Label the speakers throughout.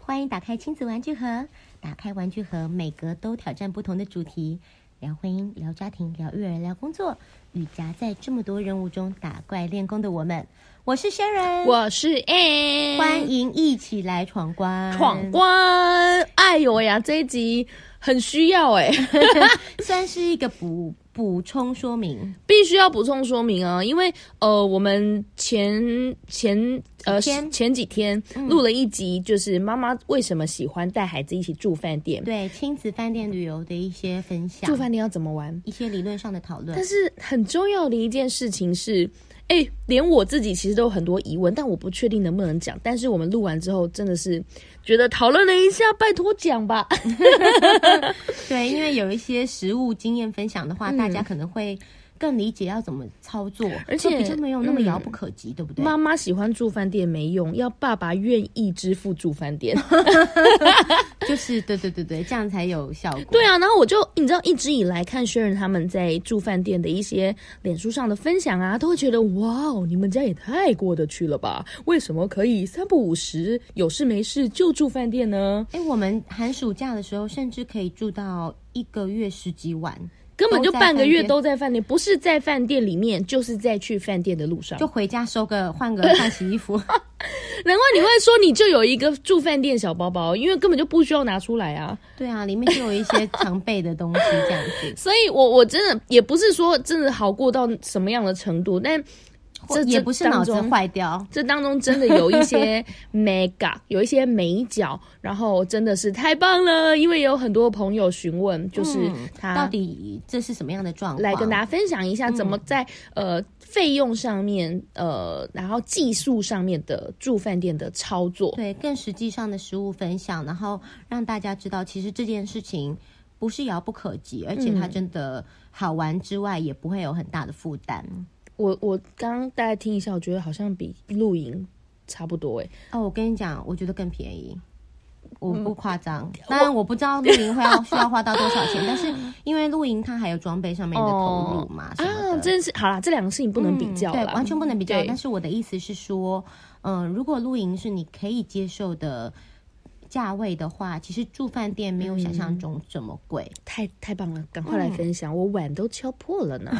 Speaker 1: 欢迎打开亲子玩具盒，打开玩具盒，每格都挑战不同的主题，聊婚姻、聊家庭、聊育儿、聊工作，与夹在这么多任务中打怪练功的我们。我是 Sharon，
Speaker 2: 我是 A，
Speaker 1: 欢迎一起来闯关，
Speaker 2: 闯关！哎呦喂呀，这一集很需要哎、
Speaker 1: 算是一个补补充说明。
Speaker 2: 必须要补充说明啊，因为呃，我们前前呃
Speaker 1: 几天
Speaker 2: 前几天录了一集，就是妈妈为什么喜欢带孩子一起住饭店，
Speaker 1: 对亲子饭店旅游的一些分享
Speaker 2: 住，饭店要怎么玩。
Speaker 1: 一些理论上的讨论
Speaker 2: 但。是很重要的一件事情是，哎、连我自己其实都有很多疑问，但我不确定能不能讲。但是我们录完之后，真的是觉得讨论了一下，拜托讲吧。
Speaker 1: 对，因为有一些实物经验分享的话，大家可能会更理解要怎么操作，
Speaker 2: 嗯而且嗯
Speaker 1: 就比较没有那么遥不可及，对不对？
Speaker 2: 妈妈喜欢住饭店没用，要爸爸愿意支付住饭店。
Speaker 1: 就是对对对对，这样才有效果。
Speaker 2: 对啊，然后我就你知道，一直以来看 Sharon 他们在住饭店的一些脸书上的分享啊，都会觉得哇哦，你们家也太过得去了吧？为什么可以三不五时有事没事就住饭店呢？
Speaker 1: 哎，我们寒暑假的时候，甚至可以住到一个月十几晚，
Speaker 2: 根本就半个月
Speaker 1: 都
Speaker 2: 都在饭店，不是在饭店里面，就是在去饭店的路上。
Speaker 1: 就回家收个换个换洗衣 服。
Speaker 2: 难怪你会说你就有一个住饭店小包包，因为根本就不需要拿出来啊。
Speaker 1: 对啊，里面就有一些常备的东西，这样子
Speaker 2: 所以我我真的也不是说真的好过到什么样的程度，但
Speaker 1: 或
Speaker 2: 这
Speaker 1: 也不是脑子。
Speaker 2: 这当中
Speaker 1: 坏掉。
Speaker 2: 这当中真的有一些 mega，有一些美角，然后真的是太棒了，因为有很多朋友询问，就是
Speaker 1: 嗯
Speaker 2: 他
Speaker 1: 到底这是什么样的状况？
Speaker 2: 啊来跟大家分享一下怎么在、
Speaker 1: 嗯
Speaker 2: 呃费用上面，呃，然后技术上面的住饭店的操作。
Speaker 1: 对，更实际上的食物分享，然后让大家知道，其实这件事情不是遥不可及，而且
Speaker 2: 嗯
Speaker 1: 它真的好玩之外，也不会有很大的负担。
Speaker 2: 我我刚刚大概听一下，我觉得好像比露营差不多诶、哎
Speaker 1: 哦，我跟你讲，我觉得更便宜。我
Speaker 2: 嗯
Speaker 1: 不夸张，当然我不知道露营会要 需要花到多少钱，但是因为露营它还有装备上面的投入嘛，什么
Speaker 2: 啊，
Speaker 1: 的，
Speaker 2: 真是好啦，这两个事情不能比
Speaker 1: 嗯
Speaker 2: 较
Speaker 1: 对，
Speaker 2: 啦，
Speaker 1: 完全不能比较。
Speaker 2: 对
Speaker 1: 但是我的意思是说，嗯、如果露营是你可以接受的价位的话，其实住饭店没有想
Speaker 2: 嗯
Speaker 1: 象中这么贵。
Speaker 2: 太太棒了，赶快
Speaker 1: 嗯
Speaker 2: 来分享，我碗都敲 破了呢。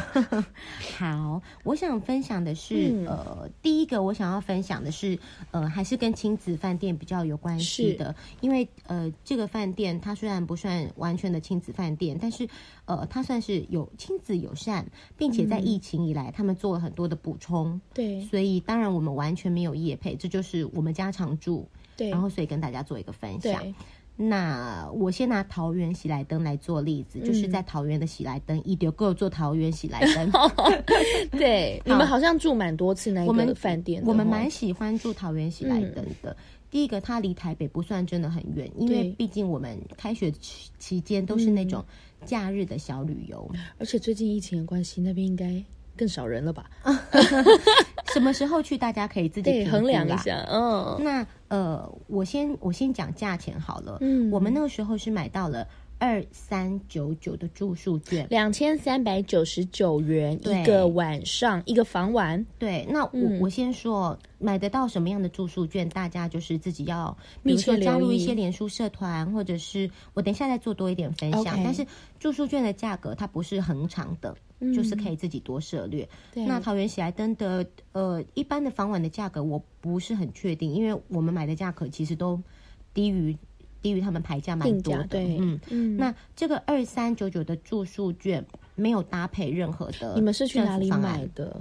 Speaker 1: 好，我想分享的是，
Speaker 2: 嗯
Speaker 1: 呃，第一个我想要分享的是，呃，还是跟亲子饭店比较有关系的，因为呃，这个饭店它虽然不算完全的亲子饭店，但是呃，它算是有亲子友善，并且在疫情以来，他们做了很多的补充，
Speaker 2: 对
Speaker 1: 所以当然我们完全没有业配，这就是我们家常住，
Speaker 2: 对
Speaker 1: 然后所以跟大家做一个分享。
Speaker 2: 对，
Speaker 1: 那我先拿桃园喜来登来做例子，
Speaker 2: 嗯
Speaker 1: 就是在桃园的喜来登，一丢够做桃园喜来 登。
Speaker 2: 对，你们好像住蛮多次那一
Speaker 1: 我
Speaker 2: 个
Speaker 1: 们
Speaker 2: 饭店的哦，嗯
Speaker 1: 我们蛮喜欢住桃园喜来登的。第一个，它离台北不算真的很远，因为
Speaker 2: 对嗯
Speaker 1: 毕竟我们开学期期间都是那种假日的小旅游。
Speaker 2: 而且最近疫情的关系，那边应该更少人了吧？
Speaker 1: 什么时候去，大家可以自己
Speaker 2: 对，
Speaker 1: 评估啦
Speaker 2: 衡量一。下，嗯，
Speaker 1: 那呃，我先我先讲价钱好了。
Speaker 2: 嗯
Speaker 1: 我们那个时候是买到了二三九九的住宿券。
Speaker 2: 两千三百九十九元
Speaker 1: 对
Speaker 2: 一个晚上，一个房晚，
Speaker 1: 对，那我、
Speaker 2: 嗯
Speaker 1: 我先说，买得到什么样的住宿券，大家就是自己要，比如
Speaker 2: 密切
Speaker 1: 说加
Speaker 2: 留
Speaker 1: 入一
Speaker 2: 意
Speaker 1: 些脸书社团，或者是我等一下再做多一点分享。
Speaker 2: OK
Speaker 1: 但是住宿券的价格它不是恒长的，就是可以自己多涉略。
Speaker 2: 嗯对
Speaker 1: 那桃园喜来登的呃一般的房晚的价格我不是很确定，因为我们买的价格其实都低于低于他们牌价蛮
Speaker 2: 定
Speaker 1: 多
Speaker 2: 价
Speaker 1: 的。
Speaker 2: 对，
Speaker 1: 嗯，
Speaker 2: 嗯，
Speaker 1: 那这个二三九九的住宿券没有搭配任何的，
Speaker 2: 你们是去哪里买？的？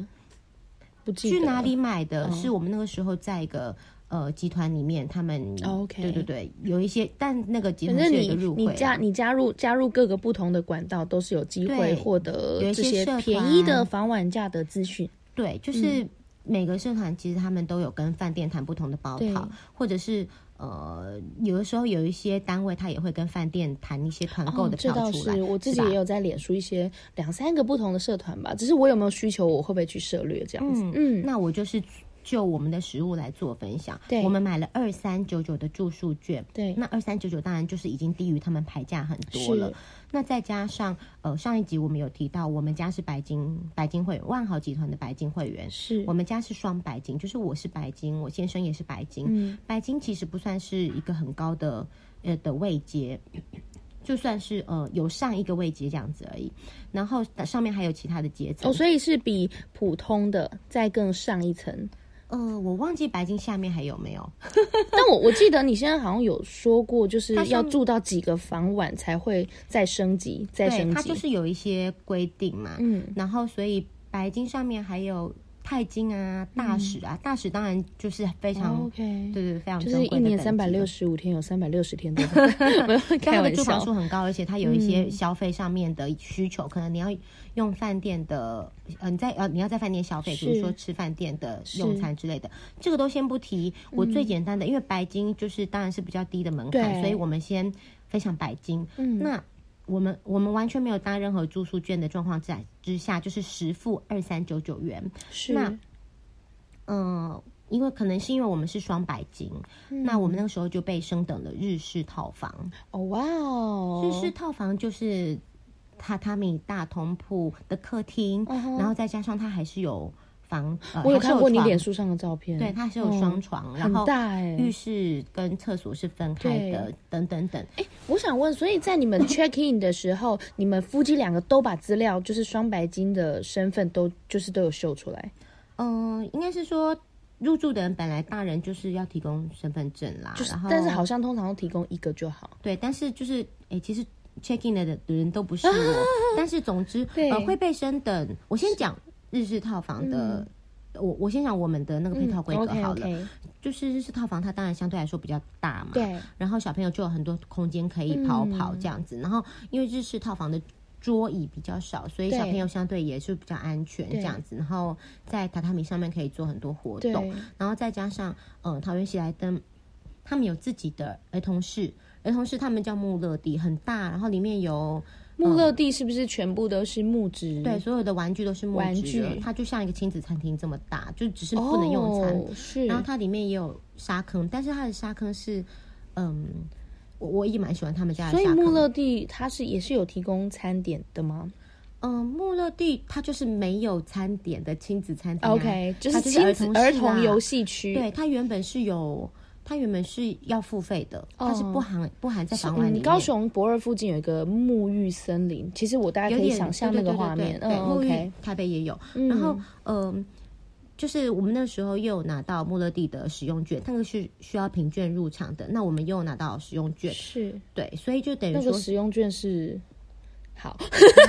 Speaker 2: 不记得
Speaker 1: 啊
Speaker 2: 哦
Speaker 1: 去哪？里买的？是我们那个时候在一个呃集团里面，他们、
Speaker 2: 哦，OK
Speaker 1: 对对对，有一些，但那个集
Speaker 2: 反
Speaker 1: 团
Speaker 2: 正
Speaker 1: 是有一
Speaker 2: 你
Speaker 1: 个入
Speaker 2: 你
Speaker 1: 会
Speaker 2: 加
Speaker 1: 啊，
Speaker 2: 你加入加入各个不同的管道，都是有机会
Speaker 1: 对
Speaker 2: 获得
Speaker 1: 有一
Speaker 2: 这
Speaker 1: 些
Speaker 2: 些
Speaker 1: 社
Speaker 2: 便
Speaker 1: 团
Speaker 2: 宜的房晚价的资讯。
Speaker 1: 对，就是每个社团其实他们都有跟饭店谈不同的包
Speaker 2: 对
Speaker 1: 套，或者是。呃，有的时候有一些单位他也会跟饭店谈一些团购的
Speaker 2: 哦这
Speaker 1: 票
Speaker 2: 倒
Speaker 1: 出来，
Speaker 2: 是，我自
Speaker 1: 是
Speaker 2: 己
Speaker 1: 吧
Speaker 2: 也有在脸书一些两三个不同的社团吧，只是我有没有需求，我会不会去涉略这样子？嗯，
Speaker 1: 那我就是就我们的食物来做分享。
Speaker 2: 对
Speaker 1: 我们买了二三九九的住宿券，
Speaker 2: 对
Speaker 1: 那二三九九当然就是已经低于他们牌价很多了
Speaker 2: 是。
Speaker 1: 那再加上呃上一集我们有提到，我们家是白金白金会员，万豪集团的白金会员，
Speaker 2: 是
Speaker 1: 我们家是双白金，就是我是白金，我先生也是白金。
Speaker 2: 嗯
Speaker 1: 白金其实不算是一个很高的呃的位阶，就算是呃有上一个位阶这样子而已。然后上面还有其他的阶层。
Speaker 2: 哦，所以是比普通的再更上一层。
Speaker 1: 呃，我忘记白金下面还有没有？
Speaker 2: 但我我记得你现在好像有说 过，就是
Speaker 1: 它
Speaker 2: 要
Speaker 1: 上
Speaker 2: 住到几个房晚才会再升级，再
Speaker 1: 对，
Speaker 2: 升
Speaker 1: 它
Speaker 2: 级。哦
Speaker 1: 就是有一些规定嘛。
Speaker 2: 嗯，
Speaker 1: 然后所以白金上面还有钛金啊、大使啊，大使当然就是非常、
Speaker 2: OK，
Speaker 1: 嗯对对非常
Speaker 2: 嗯哦就是一年三百六
Speaker 1: 十。
Speaker 2: 十五天，有三百六 十天都 在没有
Speaker 1: 但
Speaker 2: 开
Speaker 1: 它的
Speaker 2: 玩
Speaker 1: 住房
Speaker 2: 笑。嗯
Speaker 1: 数很高，而且它有一些消费上面的需求，可能你要用饭店的，呃，你在呃你要在饭店消费，比如
Speaker 2: 是
Speaker 1: 说吃饭店的用餐之类的，这个都先不提。我最简单的，因为白金就是当然是比较低的门槛，
Speaker 2: 嗯对
Speaker 1: 所以我们先分享白金。
Speaker 2: 嗯
Speaker 1: 那我们我们完全没有搭任何住宿券的状况之下之下，就是实付二三九九元。
Speaker 2: 是
Speaker 1: 那嗯、因为可能是因为我们是双白金，
Speaker 2: 嗯
Speaker 1: 那我们那个时候就被升等了日式套房。
Speaker 2: 哦哇哦，
Speaker 1: 日式套房就是榻榻米大通铺的客厅，
Speaker 2: 嗯哼
Speaker 1: 然后再加上它还是有房，呃、
Speaker 2: 我有
Speaker 1: 还是
Speaker 2: 看过你
Speaker 1: 床
Speaker 2: 脸，书上的照片，哦
Speaker 1: 对，它是有双床，然
Speaker 2: 很
Speaker 1: 后
Speaker 2: 大哎、
Speaker 1: 浴室跟厕所是分开的，等等等。
Speaker 2: 我想问，所以 在你们 check in 的时候，你们夫妻两个都把资料，就是双白金的身份都就是都有秀出来，
Speaker 1: 嗯、应该是说入住的人本来大人就是要提供身份证啦，
Speaker 2: 就是
Speaker 1: 然后
Speaker 2: 但是好像通常都提供一个就好。
Speaker 1: 对，但是就是诶，其实 check in 的人人都不是我， 但是总之
Speaker 2: 对
Speaker 1: 呃会被升等。我先讲日式套房
Speaker 2: 嗯
Speaker 1: 的，我我先讲我们的那个配套规格好了。嗯
Speaker 2: OK，
Speaker 1: 就是日式套房，它当然相对来说比较大嘛，
Speaker 2: 对，嗯
Speaker 1: 然后小朋友就有很多空间可以跑跑这样子，然后因为日式套房的。桌椅比较少，所以
Speaker 2: 对
Speaker 1: 小朋友相对也是比较安全这样子。然后在榻榻米上面可以做很多活动
Speaker 2: 对，
Speaker 1: 然后再加上呃桃园喜来登，他们有自己的儿童室，儿童室他们叫穆乐迪，很大，然后里面有
Speaker 2: 穆乐地是不是全部都是木质？
Speaker 1: 对，所有的玩具都是木
Speaker 2: 嗯玩
Speaker 1: 质的
Speaker 2: 具，
Speaker 1: 它就像一个亲子餐厅这么大，就只是
Speaker 2: 哦，
Speaker 1: 不能用餐。
Speaker 2: 是，
Speaker 1: 然后它里面也有沙坑，但是它的沙坑是，嗯，我我也蛮喜欢他们家的
Speaker 2: 所以
Speaker 1: 沙
Speaker 2: 穆
Speaker 1: 坑。
Speaker 2: 乐地它是也是有提供餐点的吗
Speaker 1: 嗯，穆乐地它就是没有餐点的亲子餐厅啊、
Speaker 2: ？OK，就
Speaker 1: 它
Speaker 2: 是
Speaker 1: 就
Speaker 2: 亲子儿童游
Speaker 1: 戏。
Speaker 2: 戏区，
Speaker 1: 对，它原本是有，它原本是要付费的，它是不含不含在房晚里
Speaker 2: 哦嗯，
Speaker 1: 面。
Speaker 2: 高雄博二附近有一个沐浴森林，其实我大概
Speaker 1: 有
Speaker 2: 可以
Speaker 1: 点
Speaker 2: 想象那
Speaker 1: 对对
Speaker 2: 个
Speaker 1: 对对
Speaker 2: 画面。
Speaker 1: 对
Speaker 2: 嗯
Speaker 1: 对沐浴
Speaker 2: ，OK，
Speaker 1: 台北也有。然后嗯，就是我们那时候又有拿到穆乐地的使用券，那个是需要凭券入场的。那我们又有拿到使用券，
Speaker 2: 是
Speaker 1: 对，所以就等于
Speaker 2: 那
Speaker 1: 说
Speaker 2: 个使用券是好。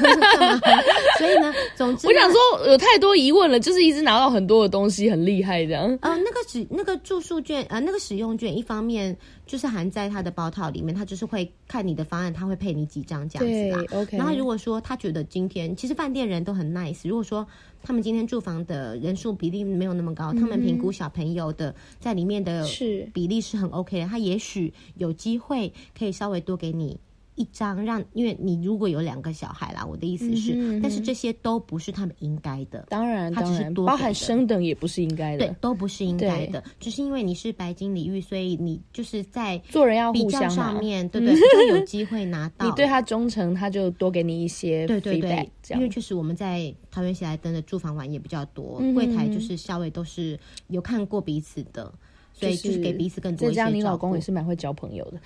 Speaker 1: 所以呢，总之呢，
Speaker 2: 我想说有太多疑问了，就是一直拿到很多的东西，很厉害这样。
Speaker 1: 呃，那个使那个住宿券，呃，那个使用券，一方面就是含在他的包套里面，他就是会看你的方案，他会配你几张这样子啦。
Speaker 2: ，OK。
Speaker 1: 然后如果说他觉得今天其实饭店人都很 nice，如果说他们今天住房的人数比例没有那么高，他们评估小朋友的在里面的
Speaker 2: 嗯是
Speaker 1: 比例是很 OK 的，他也许有机会可以稍微多给你。一张让，因为你如果有两个小孩啦，我的意思是，
Speaker 2: 嗯哼嗯哼
Speaker 1: 但是这些都不是他们应该的，
Speaker 2: 当然
Speaker 1: 它只
Speaker 2: 当
Speaker 1: 是
Speaker 2: 然，
Speaker 1: 多
Speaker 2: 包
Speaker 1: 给
Speaker 2: 含
Speaker 1: 的
Speaker 2: 升等也不是应该
Speaker 1: 对
Speaker 2: 的，，
Speaker 1: 都不是应该的。只是因为你是白金领域，所以你就是在
Speaker 2: 做人要
Speaker 1: 比
Speaker 2: 互
Speaker 1: 较
Speaker 2: 相
Speaker 1: 上
Speaker 2: 嘛。
Speaker 1: 面，对不对？比较有机会拿到。
Speaker 2: 你对他忠诚，他就多给你一些
Speaker 1: 对对
Speaker 2: feedback，
Speaker 1: 对，
Speaker 2: 这
Speaker 1: 因为
Speaker 2: 样。
Speaker 1: 确实我们在桃园喜来登的住房玩也比较多
Speaker 2: 嗯，
Speaker 1: 柜台就是稍微都是有看过彼此的，所以就是给彼此更多
Speaker 2: 再
Speaker 1: 一
Speaker 2: 加
Speaker 1: 些
Speaker 2: 上你老
Speaker 1: 照顾
Speaker 2: 公也是蛮会交朋友的，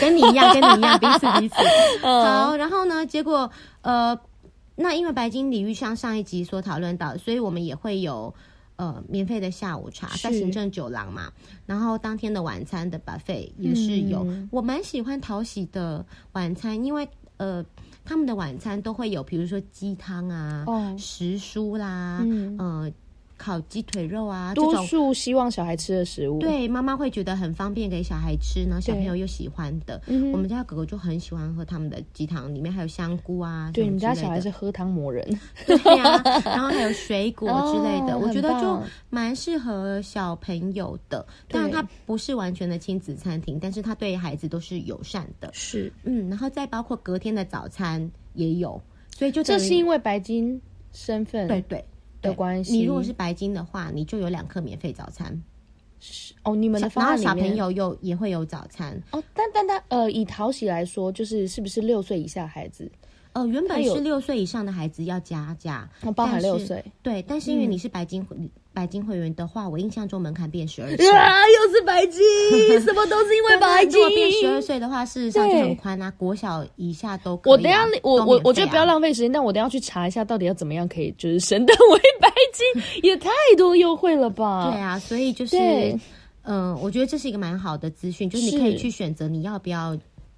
Speaker 1: 跟你一样，跟你一样，彼此 彼此。
Speaker 2: 嗯
Speaker 1: 好，然后呢，结果呃，那因为白金礼遇像上一集所讨论到，所以我们也会有。呃，免费的下午茶
Speaker 2: 是
Speaker 1: 在行政酒廊嘛，然后当天的晚餐的 buffet 也是有。
Speaker 2: 嗯
Speaker 1: 我蛮喜欢淘喜的晚餐，因为呃，他们的晚餐都会有，比如说鸡汤啊、
Speaker 2: 哦
Speaker 1: 时蔬啦，嗯、呃，烤鸡腿肉啊这
Speaker 2: 多
Speaker 1: 种
Speaker 2: 数希望小孩吃的食物。
Speaker 1: 对，妈妈会觉得很方便给小孩吃，然后小
Speaker 2: 对嗯
Speaker 1: 朋友又喜欢的。我们家狗狗就很喜欢喝他们的鸡汤，里面还有香菇啊，
Speaker 2: 对，
Speaker 1: 什
Speaker 2: 你
Speaker 1: 么
Speaker 2: 们家
Speaker 1: 之类
Speaker 2: 小孩
Speaker 1: 的
Speaker 2: 是喝汤魔人，
Speaker 1: 对呀、然后还有水果之类的，
Speaker 2: 哦
Speaker 1: 我觉得
Speaker 2: 很
Speaker 1: 就
Speaker 2: 棒
Speaker 1: 蛮适合小朋友的。当然，
Speaker 2: 对
Speaker 1: 它不是完全的亲子餐厅，但是它对孩子都是友善的。
Speaker 2: 是
Speaker 1: 嗯，然后再包括隔天的早餐也有，所以就等
Speaker 2: 这
Speaker 1: 于
Speaker 2: 是因为白金身份
Speaker 1: 对对。
Speaker 2: 的关系。
Speaker 1: 你如果是白金的话，你就有两课免费早餐。
Speaker 2: 哦，你们的方
Speaker 1: 然后
Speaker 2: 案里
Speaker 1: 小
Speaker 2: 面
Speaker 1: 朋友又也会有早餐。
Speaker 2: 哦，但但但呃，以讨喜来说，就是是不是六岁以下孩子？
Speaker 1: 呃，原
Speaker 2: 它
Speaker 1: 本
Speaker 2: 有
Speaker 1: 是六岁以上的孩子要加价，
Speaker 2: 哦包含
Speaker 1: 但是
Speaker 2: 6岁。
Speaker 1: 对，但是因为
Speaker 3: 嗯
Speaker 1: 你是白金、白金会员的话，我印象中门槛变十二岁。
Speaker 3: 啊，又是白 金，什么都是因为白
Speaker 1: 如
Speaker 3: 金
Speaker 1: 果。变十二岁的话，事实上就
Speaker 2: 对
Speaker 1: 很宽啊，国小以下都可以啊、
Speaker 3: 我
Speaker 1: 都
Speaker 3: 等一
Speaker 1: 免
Speaker 3: 下
Speaker 1: 费啊，，
Speaker 3: 我我我觉得不要浪费时间，但我等一下去查一下，到底要怎么样可以就是升等为白 金，也太多优惠了吧？
Speaker 1: 对啊，所以就是
Speaker 2: 对，
Speaker 1: 嗯，我觉得这是一个蛮好的资讯，就是你可以
Speaker 2: 是
Speaker 1: 去选择你要不要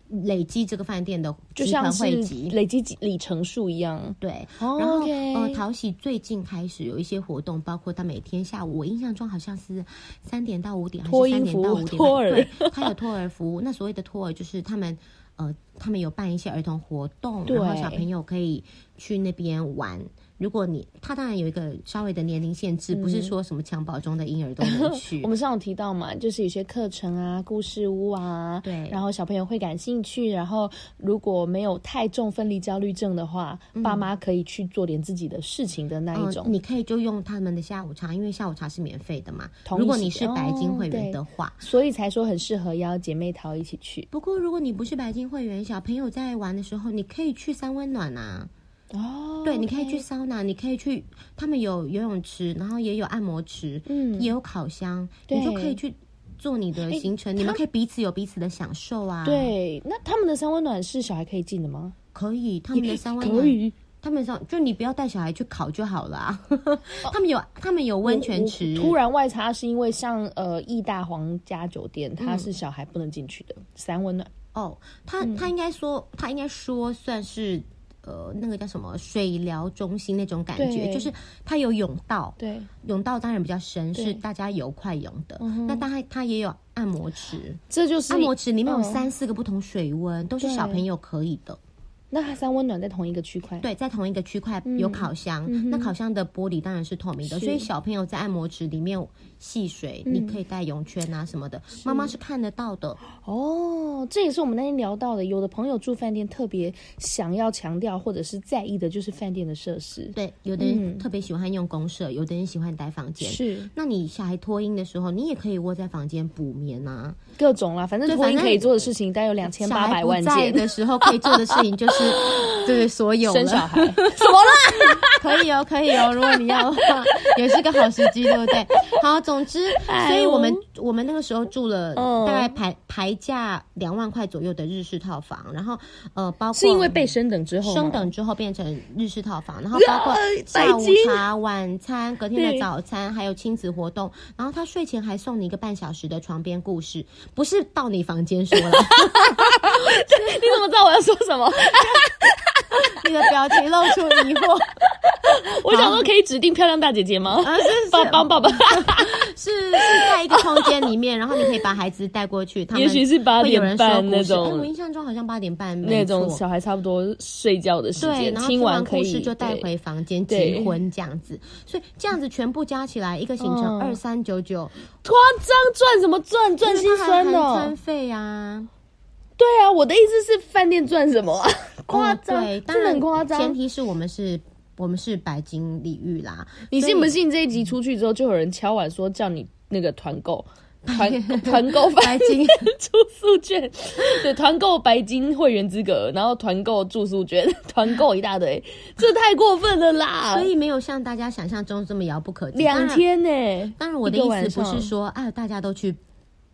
Speaker 1: 累积这个饭店的
Speaker 3: 就
Speaker 1: 集团
Speaker 3: 像是
Speaker 1: 汇集。
Speaker 3: 累积几里程数一样。
Speaker 1: 对，
Speaker 3: 哦
Speaker 1: 然后
Speaker 3: OK
Speaker 1: 呃，淘喜最近开始有一些活动，包括他每天下午，我印象中好像是三点到五点，还
Speaker 3: 托
Speaker 1: 是
Speaker 3: 婴
Speaker 1: 三
Speaker 3: 服
Speaker 1: 点
Speaker 3: 务
Speaker 1: 到五点半，
Speaker 3: 托儿
Speaker 1: 对，他有托儿服务。那所谓的托儿就是他们呃，他们有办一些儿童活动，
Speaker 3: 对
Speaker 1: 然后小朋友可以去那边玩。如果你他当然有一个稍微的年龄限制，不是说什么襁褓中的婴儿都 能去
Speaker 2: 嗯
Speaker 1: 呃
Speaker 2: 我。们上有提到嘛，就是有些课程啊、故事屋啊，
Speaker 1: 对
Speaker 2: 然后小朋友会感兴趣，然后如果没有太重分离焦虑症的话，爸妈可以去做点自己的事情的那一
Speaker 1: 嗯，
Speaker 2: 种。
Speaker 1: 你可以就用他们的下午茶，因为下午茶是免费的嘛。
Speaker 2: 同一
Speaker 1: 如果
Speaker 2: 起
Speaker 1: 你是白金
Speaker 2: 哦
Speaker 1: 会员
Speaker 2: 对
Speaker 1: 的话，
Speaker 2: 所以才说很适合邀姐妹淘一起去
Speaker 1: 不过如果你不是白金会员，小朋友在玩的时候，你可以去三温暖啊。
Speaker 2: 哦
Speaker 1: 对，你可以去桑拿，你可以去，他们有游泳池，然后也有按摩池，嗯，也有烤箱，你就可以去做你的行程，你们可以彼此有彼此的享受啊。，
Speaker 2: 对，那他们的三温暖是小孩可以进的吗？
Speaker 1: 可以，他们的三温
Speaker 2: 可
Speaker 1: 暖，
Speaker 2: 以，
Speaker 1: 他们上就你不要带小孩去烤就好了、啊，他们有他们有温泉池，
Speaker 2: 哦突然外插是因为像呃义大皇家酒店，它是小孩不能进去的，
Speaker 1: 嗯
Speaker 2: 三温暖。
Speaker 1: 哦，他
Speaker 2: 嗯
Speaker 1: 他应该说，他应该说算是呃那个叫什么水疗中心那种感觉，
Speaker 2: 对
Speaker 1: 就是它有泳道，
Speaker 2: 对，
Speaker 1: 泳道当然比较深，
Speaker 2: 对嗯
Speaker 1: 是大家游快泳的。那当然它也有按摩池，
Speaker 2: 这就是
Speaker 1: 按摩池里面有
Speaker 2: 嗯
Speaker 1: 三四个不同水温，都是
Speaker 2: 对
Speaker 1: 小朋友可以的。
Speaker 2: 那它三温暖在同一个区块。
Speaker 1: 对，在同一个区块有烤箱，
Speaker 2: 嗯
Speaker 1: 那烤箱的玻璃当然是透明的，所以小朋友在按摩池里面戏水，
Speaker 2: 嗯
Speaker 1: 你可以带泳圈啊什么的，妈妈是看得到的。
Speaker 2: 哦，这也是我们那天聊到的。有的朋友住饭店特别想要强调或者是在意的，就是饭店的设施。
Speaker 1: 对，有的人特别喜欢用公社，有的人喜欢待房间。
Speaker 2: 嗯是
Speaker 1: 那你小孩脱音的时候，你也可以窝在房间补眠啊。
Speaker 2: 各种啦，反正
Speaker 1: 对
Speaker 2: 婚姻
Speaker 1: 反正
Speaker 2: 可以做的事情，大概有两千
Speaker 1: 小
Speaker 2: 八
Speaker 1: 孩
Speaker 2: 百万
Speaker 1: 不在
Speaker 2: 件。
Speaker 1: 的时候可以做的事情 就是，对所有了
Speaker 2: 生小孩
Speaker 1: 可以哦，可以哦。如果你要的话，也是个好时机，对不 对？好，总之，所以我
Speaker 2: 哎
Speaker 1: 们我们那个时候住了大概
Speaker 2: 嗯
Speaker 1: 排排价两万块左右的日式套房，然后呃，包括
Speaker 2: 是因为被升等之后吗
Speaker 1: 升等之后变成日式套房，然后包 括下午茶、晚餐、隔天的早餐，还有亲子活动。然后他睡前还送你一个半小时的床边故事，不是到你房间说 了，
Speaker 2: 你怎么知道我要说什么？
Speaker 1: 你的表情露出疑 惑。
Speaker 2: 我想说可以指定漂亮大姐姐吗？
Speaker 1: 啊，是是
Speaker 2: 爸 爸爸爸，
Speaker 1: 是是在一个空间里面，然后你可以把孩子带过去，他 们
Speaker 3: 也许是八
Speaker 1: 会有人
Speaker 3: 点半
Speaker 1: 说故
Speaker 3: 那
Speaker 1: 事。哎
Speaker 3: 种
Speaker 1: 我印象中好像八点半没
Speaker 3: 那种
Speaker 1: 错
Speaker 3: 小孩差不多睡觉的时
Speaker 1: 对，
Speaker 3: 间，
Speaker 1: 然后
Speaker 3: 听
Speaker 1: 完
Speaker 3: 可
Speaker 1: 故事
Speaker 3: 以
Speaker 1: 就带
Speaker 3: 对
Speaker 1: 回房间
Speaker 3: 对
Speaker 1: 结婚这样子，所以这样子全部加起来一个行程
Speaker 3: 嗯
Speaker 1: 二三九九，
Speaker 3: 夸张赚什么赚赚心酸
Speaker 1: 就是它还含
Speaker 3: 哦
Speaker 1: 餐？费啊，
Speaker 3: 对啊，我的意思是饭店赚什么啊？夸张，
Speaker 1: 哦对，当
Speaker 3: 真的
Speaker 1: 然
Speaker 3: 很夸张。
Speaker 1: 前提是我们是。我们是白金礼遇啦，
Speaker 3: 你
Speaker 1: 所以
Speaker 3: 信不信这一集出去之后，就有人敲碗说叫你那个团购？ 团团购白
Speaker 1: 白金
Speaker 3: 住宿券，对，团购白金会员资格，然后团购住宿券， 团购一大堆，这太过分了啦！
Speaker 1: 所以没有像大家想象中这么遥不可及。
Speaker 3: 两
Speaker 1: 当然
Speaker 3: 天呢、
Speaker 1: 当然，我的
Speaker 3: 一个
Speaker 1: 意
Speaker 3: 晚
Speaker 1: 思不
Speaker 3: 上
Speaker 1: 是说啊，大家都去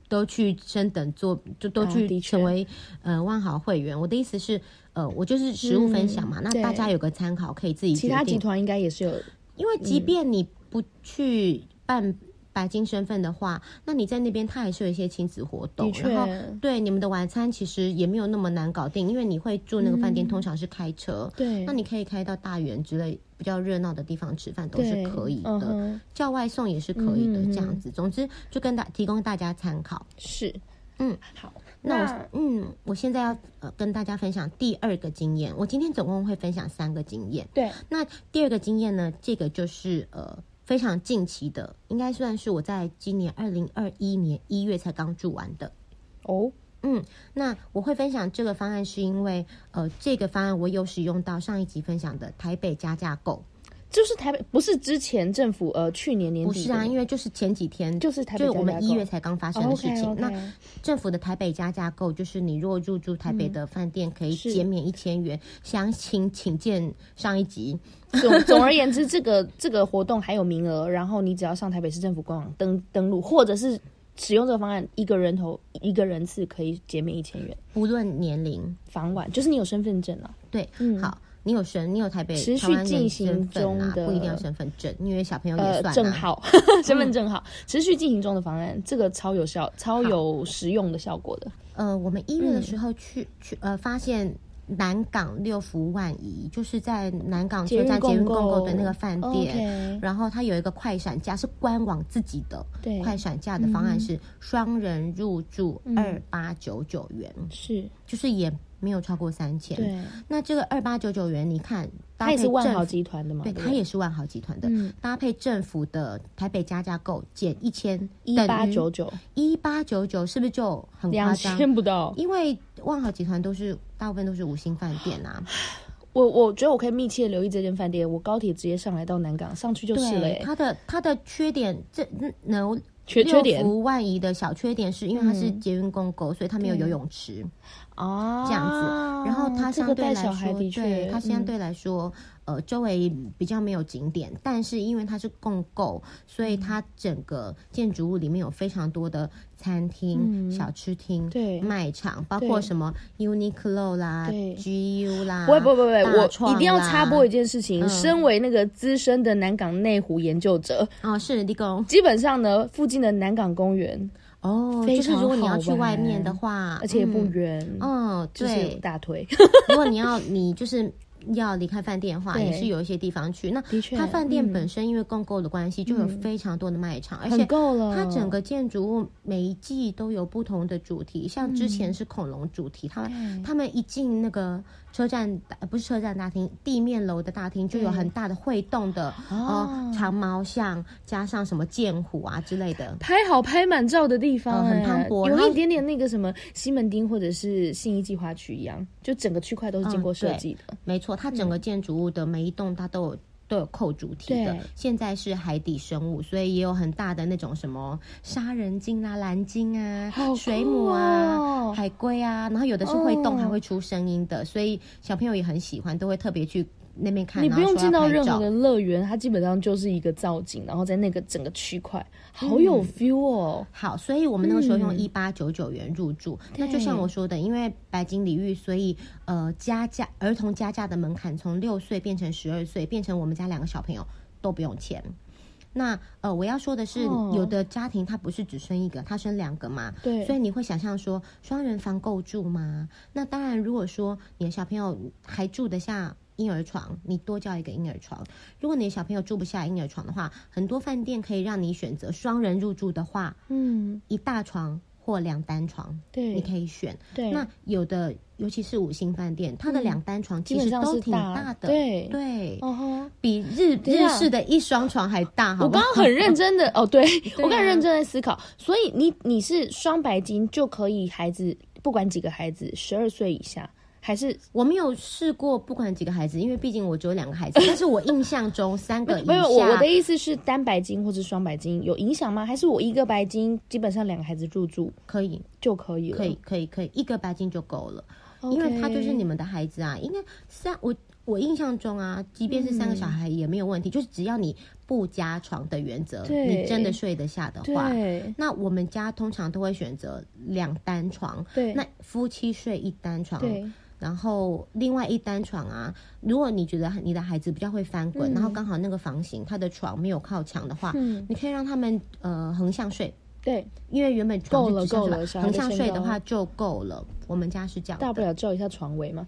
Speaker 1: 都去升等做，就都
Speaker 3: 啊的
Speaker 1: 去
Speaker 3: 确
Speaker 1: 成为、呃万豪会员。我的意思是，呃，我就是实物分享嘛，那
Speaker 2: 嗯对
Speaker 1: 大家有个参考，可以自己
Speaker 2: 其
Speaker 1: 决
Speaker 2: 他集
Speaker 1: 定。
Speaker 2: 团应嗯该也是有
Speaker 1: 因为即便你不去办白金身份的话，那你在那边它还是有一些亲子活动，
Speaker 2: 的确
Speaker 1: 然后对你们的晚餐其实也没有那么难搞定，因为你会住那个饭店，通常是开车，
Speaker 2: 嗯对
Speaker 1: 那你可以开到大园之类比较热闹的地方吃饭都是
Speaker 2: 对
Speaker 1: 可以
Speaker 2: 嗯
Speaker 1: 的。
Speaker 2: 哼
Speaker 1: 叫外送也是可以的，
Speaker 2: 嗯嗯嗯
Speaker 1: 这样子。总之，就跟大提供大家参考。
Speaker 2: 是，
Speaker 1: 嗯，
Speaker 2: 好，
Speaker 1: 那我嗯，我现在要呃跟大家分享第二个经验。我今天总共会分享三个经验。
Speaker 2: 对，
Speaker 1: 那第二个经验呢，这个就是呃非常近期的，应该算是我在今年二零二一年一月才刚住完的。
Speaker 2: 哦，
Speaker 1: 嗯，那我会分享这个方案，是因为呃，这个方案我有使用到上一集分享的台北加价购，
Speaker 2: 就是台北，不是之前政府呃去年年
Speaker 1: 不
Speaker 2: 底
Speaker 1: 是啊，因为就是前几天，
Speaker 2: 就是台北
Speaker 1: 就是我
Speaker 2: 加
Speaker 1: 们
Speaker 2: 价购
Speaker 1: 一月才刚发生的事情。
Speaker 2: 哦，OK，OK
Speaker 1: 那政府的台北加价购，就是你如果入住台北的饭店，可以
Speaker 2: 是
Speaker 1: 减免一千元。详情请见上一集。
Speaker 2: 总 总而言之，这个这个活动还有名额，然后你只要上台北市政府官网登登录，或者是使用这个方案，一个人头一个人次可以减免一千元。
Speaker 1: 不论年龄，
Speaker 2: 房晚就是你有身份证了、啊
Speaker 1: 对，好，你有身，你有台北
Speaker 2: 嗯持续
Speaker 1: 台湾人
Speaker 2: 进行
Speaker 1: 身份
Speaker 2: 中
Speaker 1: 啊，
Speaker 2: 的
Speaker 1: 不一定要身份证，因为小朋友也
Speaker 2: 呃，
Speaker 1: 算
Speaker 2: 证
Speaker 1: 啊。
Speaker 2: 号、身份证号，持续进行中的方案，这个超有效、超有实用的效果的。
Speaker 1: 呃，我们一月的时
Speaker 2: 嗯
Speaker 1: 候去、去呃发现。南港六福万怡，就是在南港
Speaker 2: 捷
Speaker 1: 车
Speaker 2: 运
Speaker 1: 站捷运共
Speaker 2: 共购哦
Speaker 1: 购的那个饭店
Speaker 2: OK
Speaker 1: 然后它有一个快闪价，是官网自己的
Speaker 2: 对嗯
Speaker 1: 快闪价的方案是双人入住二八九九元、
Speaker 2: 是，
Speaker 1: 就是也没有超过三千。
Speaker 2: 对，
Speaker 1: 那这个二八九九元，你看搭
Speaker 2: 它
Speaker 1: 配
Speaker 2: 也是万
Speaker 1: 政
Speaker 2: 豪
Speaker 1: 府
Speaker 2: 集团的嘛？
Speaker 1: 对，
Speaker 2: 不
Speaker 1: 它也是万豪集团的，
Speaker 2: 嗯
Speaker 1: 搭配政府的台北加价购减一千，
Speaker 2: 一八九九，
Speaker 1: 一八九九是不是就很夸
Speaker 2: 两
Speaker 1: 张？
Speaker 2: 千不到。
Speaker 1: 因为万豪集团都是大部分都是五星饭店啊，
Speaker 2: 我我觉得我可以密切留意这间饭店，我高铁直接上来到南港，上去 就是了、
Speaker 1: 对，
Speaker 2: 欸。
Speaker 1: 它的它的缺点这能
Speaker 2: 缺缺点嗯
Speaker 1: 福万怡的小缺点是因为它是捷运公狗，所以它没有游泳池
Speaker 2: 啊，
Speaker 1: 这样子，然后它
Speaker 2: 哦这
Speaker 1: 相
Speaker 2: 个
Speaker 1: 对
Speaker 2: 带
Speaker 1: 来
Speaker 2: 小孩
Speaker 1: 说，
Speaker 2: 的确，嗯
Speaker 1: 对它相对来说。呃，周围比较没有景点，但是因为它是共购，所以
Speaker 2: 嗯
Speaker 1: 它整个建筑物里面有非常多的餐厅、小吃厅、
Speaker 2: 嗯对
Speaker 1: 卖场，包括
Speaker 2: 对
Speaker 1: 什么 Uniqlo 啦、
Speaker 2: 对
Speaker 1: GU 啦，
Speaker 2: 不会不会不会，
Speaker 1: 大
Speaker 2: 我
Speaker 1: 创
Speaker 2: 一定要
Speaker 1: 啦嗯
Speaker 2: 插播一件事情。身为那个资深的南港内湖研究者，
Speaker 1: 哦，是立功
Speaker 2: 基本上呢，附近的南港公园，
Speaker 1: 哦，
Speaker 2: 非
Speaker 1: 就是
Speaker 2: 常
Speaker 1: 如果你要
Speaker 2: 好
Speaker 1: 去外面的
Speaker 2: 玩
Speaker 1: 话，
Speaker 2: 而且也不
Speaker 1: 嗯
Speaker 2: 远，
Speaker 1: 嗯，
Speaker 2: 就是有
Speaker 1: 对，
Speaker 2: 大腿。
Speaker 1: 如果你要你就是要离开饭店的话，
Speaker 2: 对
Speaker 1: 也是有一些地方去。那
Speaker 2: 的确
Speaker 1: 它饭店本身因为共购的关系，就有非常多的卖场，而且
Speaker 2: 很够了
Speaker 1: 它整个建筑物每一季都有不同的主题，像之前是恐龙主题，他们他们一进那个车站呃不是车站大厅，地面楼的大厅就有很大的会动的哦长毛象，加上什么剑虎啊之类的。
Speaker 2: 拍好拍满照的地方、
Speaker 1: 嗯
Speaker 2: 哎
Speaker 1: 很磅礴然
Speaker 2: 有
Speaker 1: 后
Speaker 2: 一点点那个什么西门町或者是信义计划区一样，就整个区块都是经过设计的。
Speaker 1: 没错，它整个建筑物的每一栋它都有。都有扣主题的
Speaker 2: 嗯对，
Speaker 1: 现在是海底生物，所以也有很大的那种什么杀人鲸啊、蓝鲸啊、
Speaker 2: 好酷哦
Speaker 1: 水母啊、海龟啊，然后有的是会动，
Speaker 2: 哦
Speaker 1: 还会出声音的，所以小朋友也很喜欢，都会特别去那边看。
Speaker 2: 你不用
Speaker 1: 然后
Speaker 2: 进
Speaker 1: 说要
Speaker 2: 到
Speaker 1: 拍
Speaker 2: 任何
Speaker 1: 照
Speaker 2: 的乐园，它基本上就是一个造景，然后在那个整个区块，好有
Speaker 1: 嗯
Speaker 2: feel 哦。
Speaker 1: 好，所以我们那个时候用
Speaker 2: 嗯
Speaker 1: 一八九九元入住。那就
Speaker 2: 对
Speaker 1: 像我说的，因为白金礼遇，所以呃加价儿童加价的门槛从六岁变成十二岁，变成我们家两个小朋友都不用钱。那呃，我要说的是，
Speaker 2: 哦
Speaker 1: 有的家庭他不是只生一个，他生两个嘛，
Speaker 2: 对
Speaker 1: 所以你会想象说双人房够住吗？那当然，如果说你的小朋友还住得下婴儿床，你多叫一个婴儿床；如果你的小朋友住不下婴儿床的话，很多饭店可以让你选择双人入住的话，
Speaker 2: 嗯，
Speaker 1: 一大床或两单床，
Speaker 2: 对
Speaker 1: 你可以选。
Speaker 2: 对，
Speaker 1: 那有的，尤其是五星饭店，它的两单床其
Speaker 2: 基
Speaker 1: 实
Speaker 2: 本上
Speaker 1: 都
Speaker 2: 嗯是
Speaker 1: 挺
Speaker 2: 大
Speaker 1: 的，
Speaker 2: 对
Speaker 1: 对，
Speaker 2: 哦吼。
Speaker 1: 比日
Speaker 2: 对
Speaker 1: 日
Speaker 2: 啊
Speaker 1: 式的一双床还大，好
Speaker 2: 我
Speaker 1: 吧
Speaker 2: 刚？刚很认真的 哦，对
Speaker 1: 啊
Speaker 2: 我刚刚认真在思考，所以你你是双白金就可以，孩子不管几个孩子，十二岁以下还是
Speaker 1: 我没有试过，不管几个孩子，因为毕竟我只有两个 孩子，但是我印象中三呃个以
Speaker 2: 没有，我我
Speaker 1: 下
Speaker 2: 的。意思是单白金或是双白金有影响吗？还是我一个白金基本上两个孩子入住
Speaker 1: 可以，
Speaker 2: 就可以了？
Speaker 1: 可以，，可以，可以，一个白金就够了，
Speaker 2: OK
Speaker 1: 因为它就是你们的孩子啊。应该三，我我印象中啊，即便是三
Speaker 2: 嗯
Speaker 1: 个小孩也没有问题，就是只要你不加床的原则，
Speaker 2: 对
Speaker 1: 你真的睡得下的话，
Speaker 2: 对
Speaker 1: 那我们家通常都会选择两单床，
Speaker 2: 对
Speaker 1: 那夫妻睡一单床，
Speaker 2: 对
Speaker 1: 然后另外一单床啊，如果你觉得你的孩子比较会翻滚，然后刚好那个房型他的床没有靠墙的话，
Speaker 2: 嗯
Speaker 1: 你可以让他们呃横向睡，
Speaker 2: 对，
Speaker 1: 因为原本床是
Speaker 2: 够
Speaker 1: 直向睡嘛
Speaker 2: 了够了小孩
Speaker 1: 横
Speaker 2: 的
Speaker 1: 向
Speaker 2: 身
Speaker 1: 睡的
Speaker 2: 高
Speaker 1: 话就够了。我们家是这样的，
Speaker 2: 大不了叫一下床围嘛。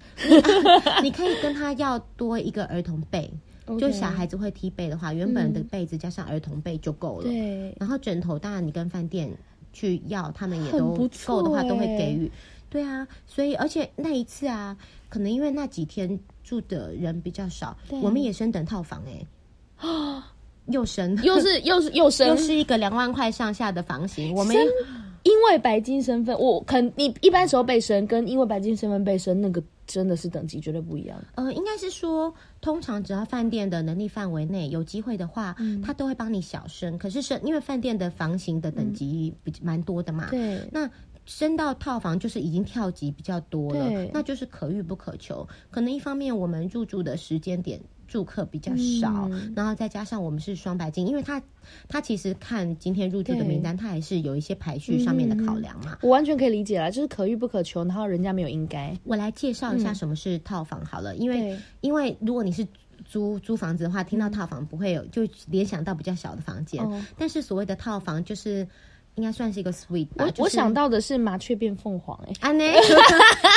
Speaker 1: 你可以跟他要多一个儿童 被。就小孩子会踢被的话，原本的被子加上儿童被就够了。
Speaker 2: 嗯对，
Speaker 1: 然后枕头当然你跟饭店去要，他们也
Speaker 2: 很
Speaker 1: 都
Speaker 2: 不错
Speaker 1: 够的话都会
Speaker 2: 欸
Speaker 1: 给予。对啊，所以而且那一次啊，可能因为那几天住的人比较少，我们也升等套房哎、 又升
Speaker 2: 又是又是又生
Speaker 1: 又是一个两万块上下的房型，我们
Speaker 2: 升因为白金身份，我肯你一般时候被升跟因为白金身份被升那个真的是等级绝对不一样。
Speaker 1: 呃，应该是说，通常只要饭店的能力范围内有机会的话，
Speaker 2: 嗯
Speaker 1: 他都会帮你小升。可是升，因为饭店的房型的等级比蛮多的嘛，
Speaker 2: 对
Speaker 1: 那升到套房就是已经跳级比较多了
Speaker 2: 对，
Speaker 1: 那就是可遇不可求。可能一方面我们入住的时间点。住客比较少，
Speaker 2: 嗯
Speaker 1: 然后再加上我们是双白金，因为他他其实看今天入住的
Speaker 2: 对嗯
Speaker 1: 名单，他还是有一些排序上面的考量嘛。
Speaker 2: 我完全可以理解啦，就是可遇不可求，然后人家没有应该。
Speaker 1: 我来介绍一下什么是套房好了，因为
Speaker 2: 嗯对嗯
Speaker 1: 因为如果你是租租房子的话，听到套房不会有就联想到比较小的房间，
Speaker 2: 哦
Speaker 1: 但是所谓的套房就是应该算是一个 suite 吧。
Speaker 2: 我、
Speaker 1: 就是
Speaker 2: 我想到啊的是麻雀变凤凰、欸，
Speaker 1: 啊，那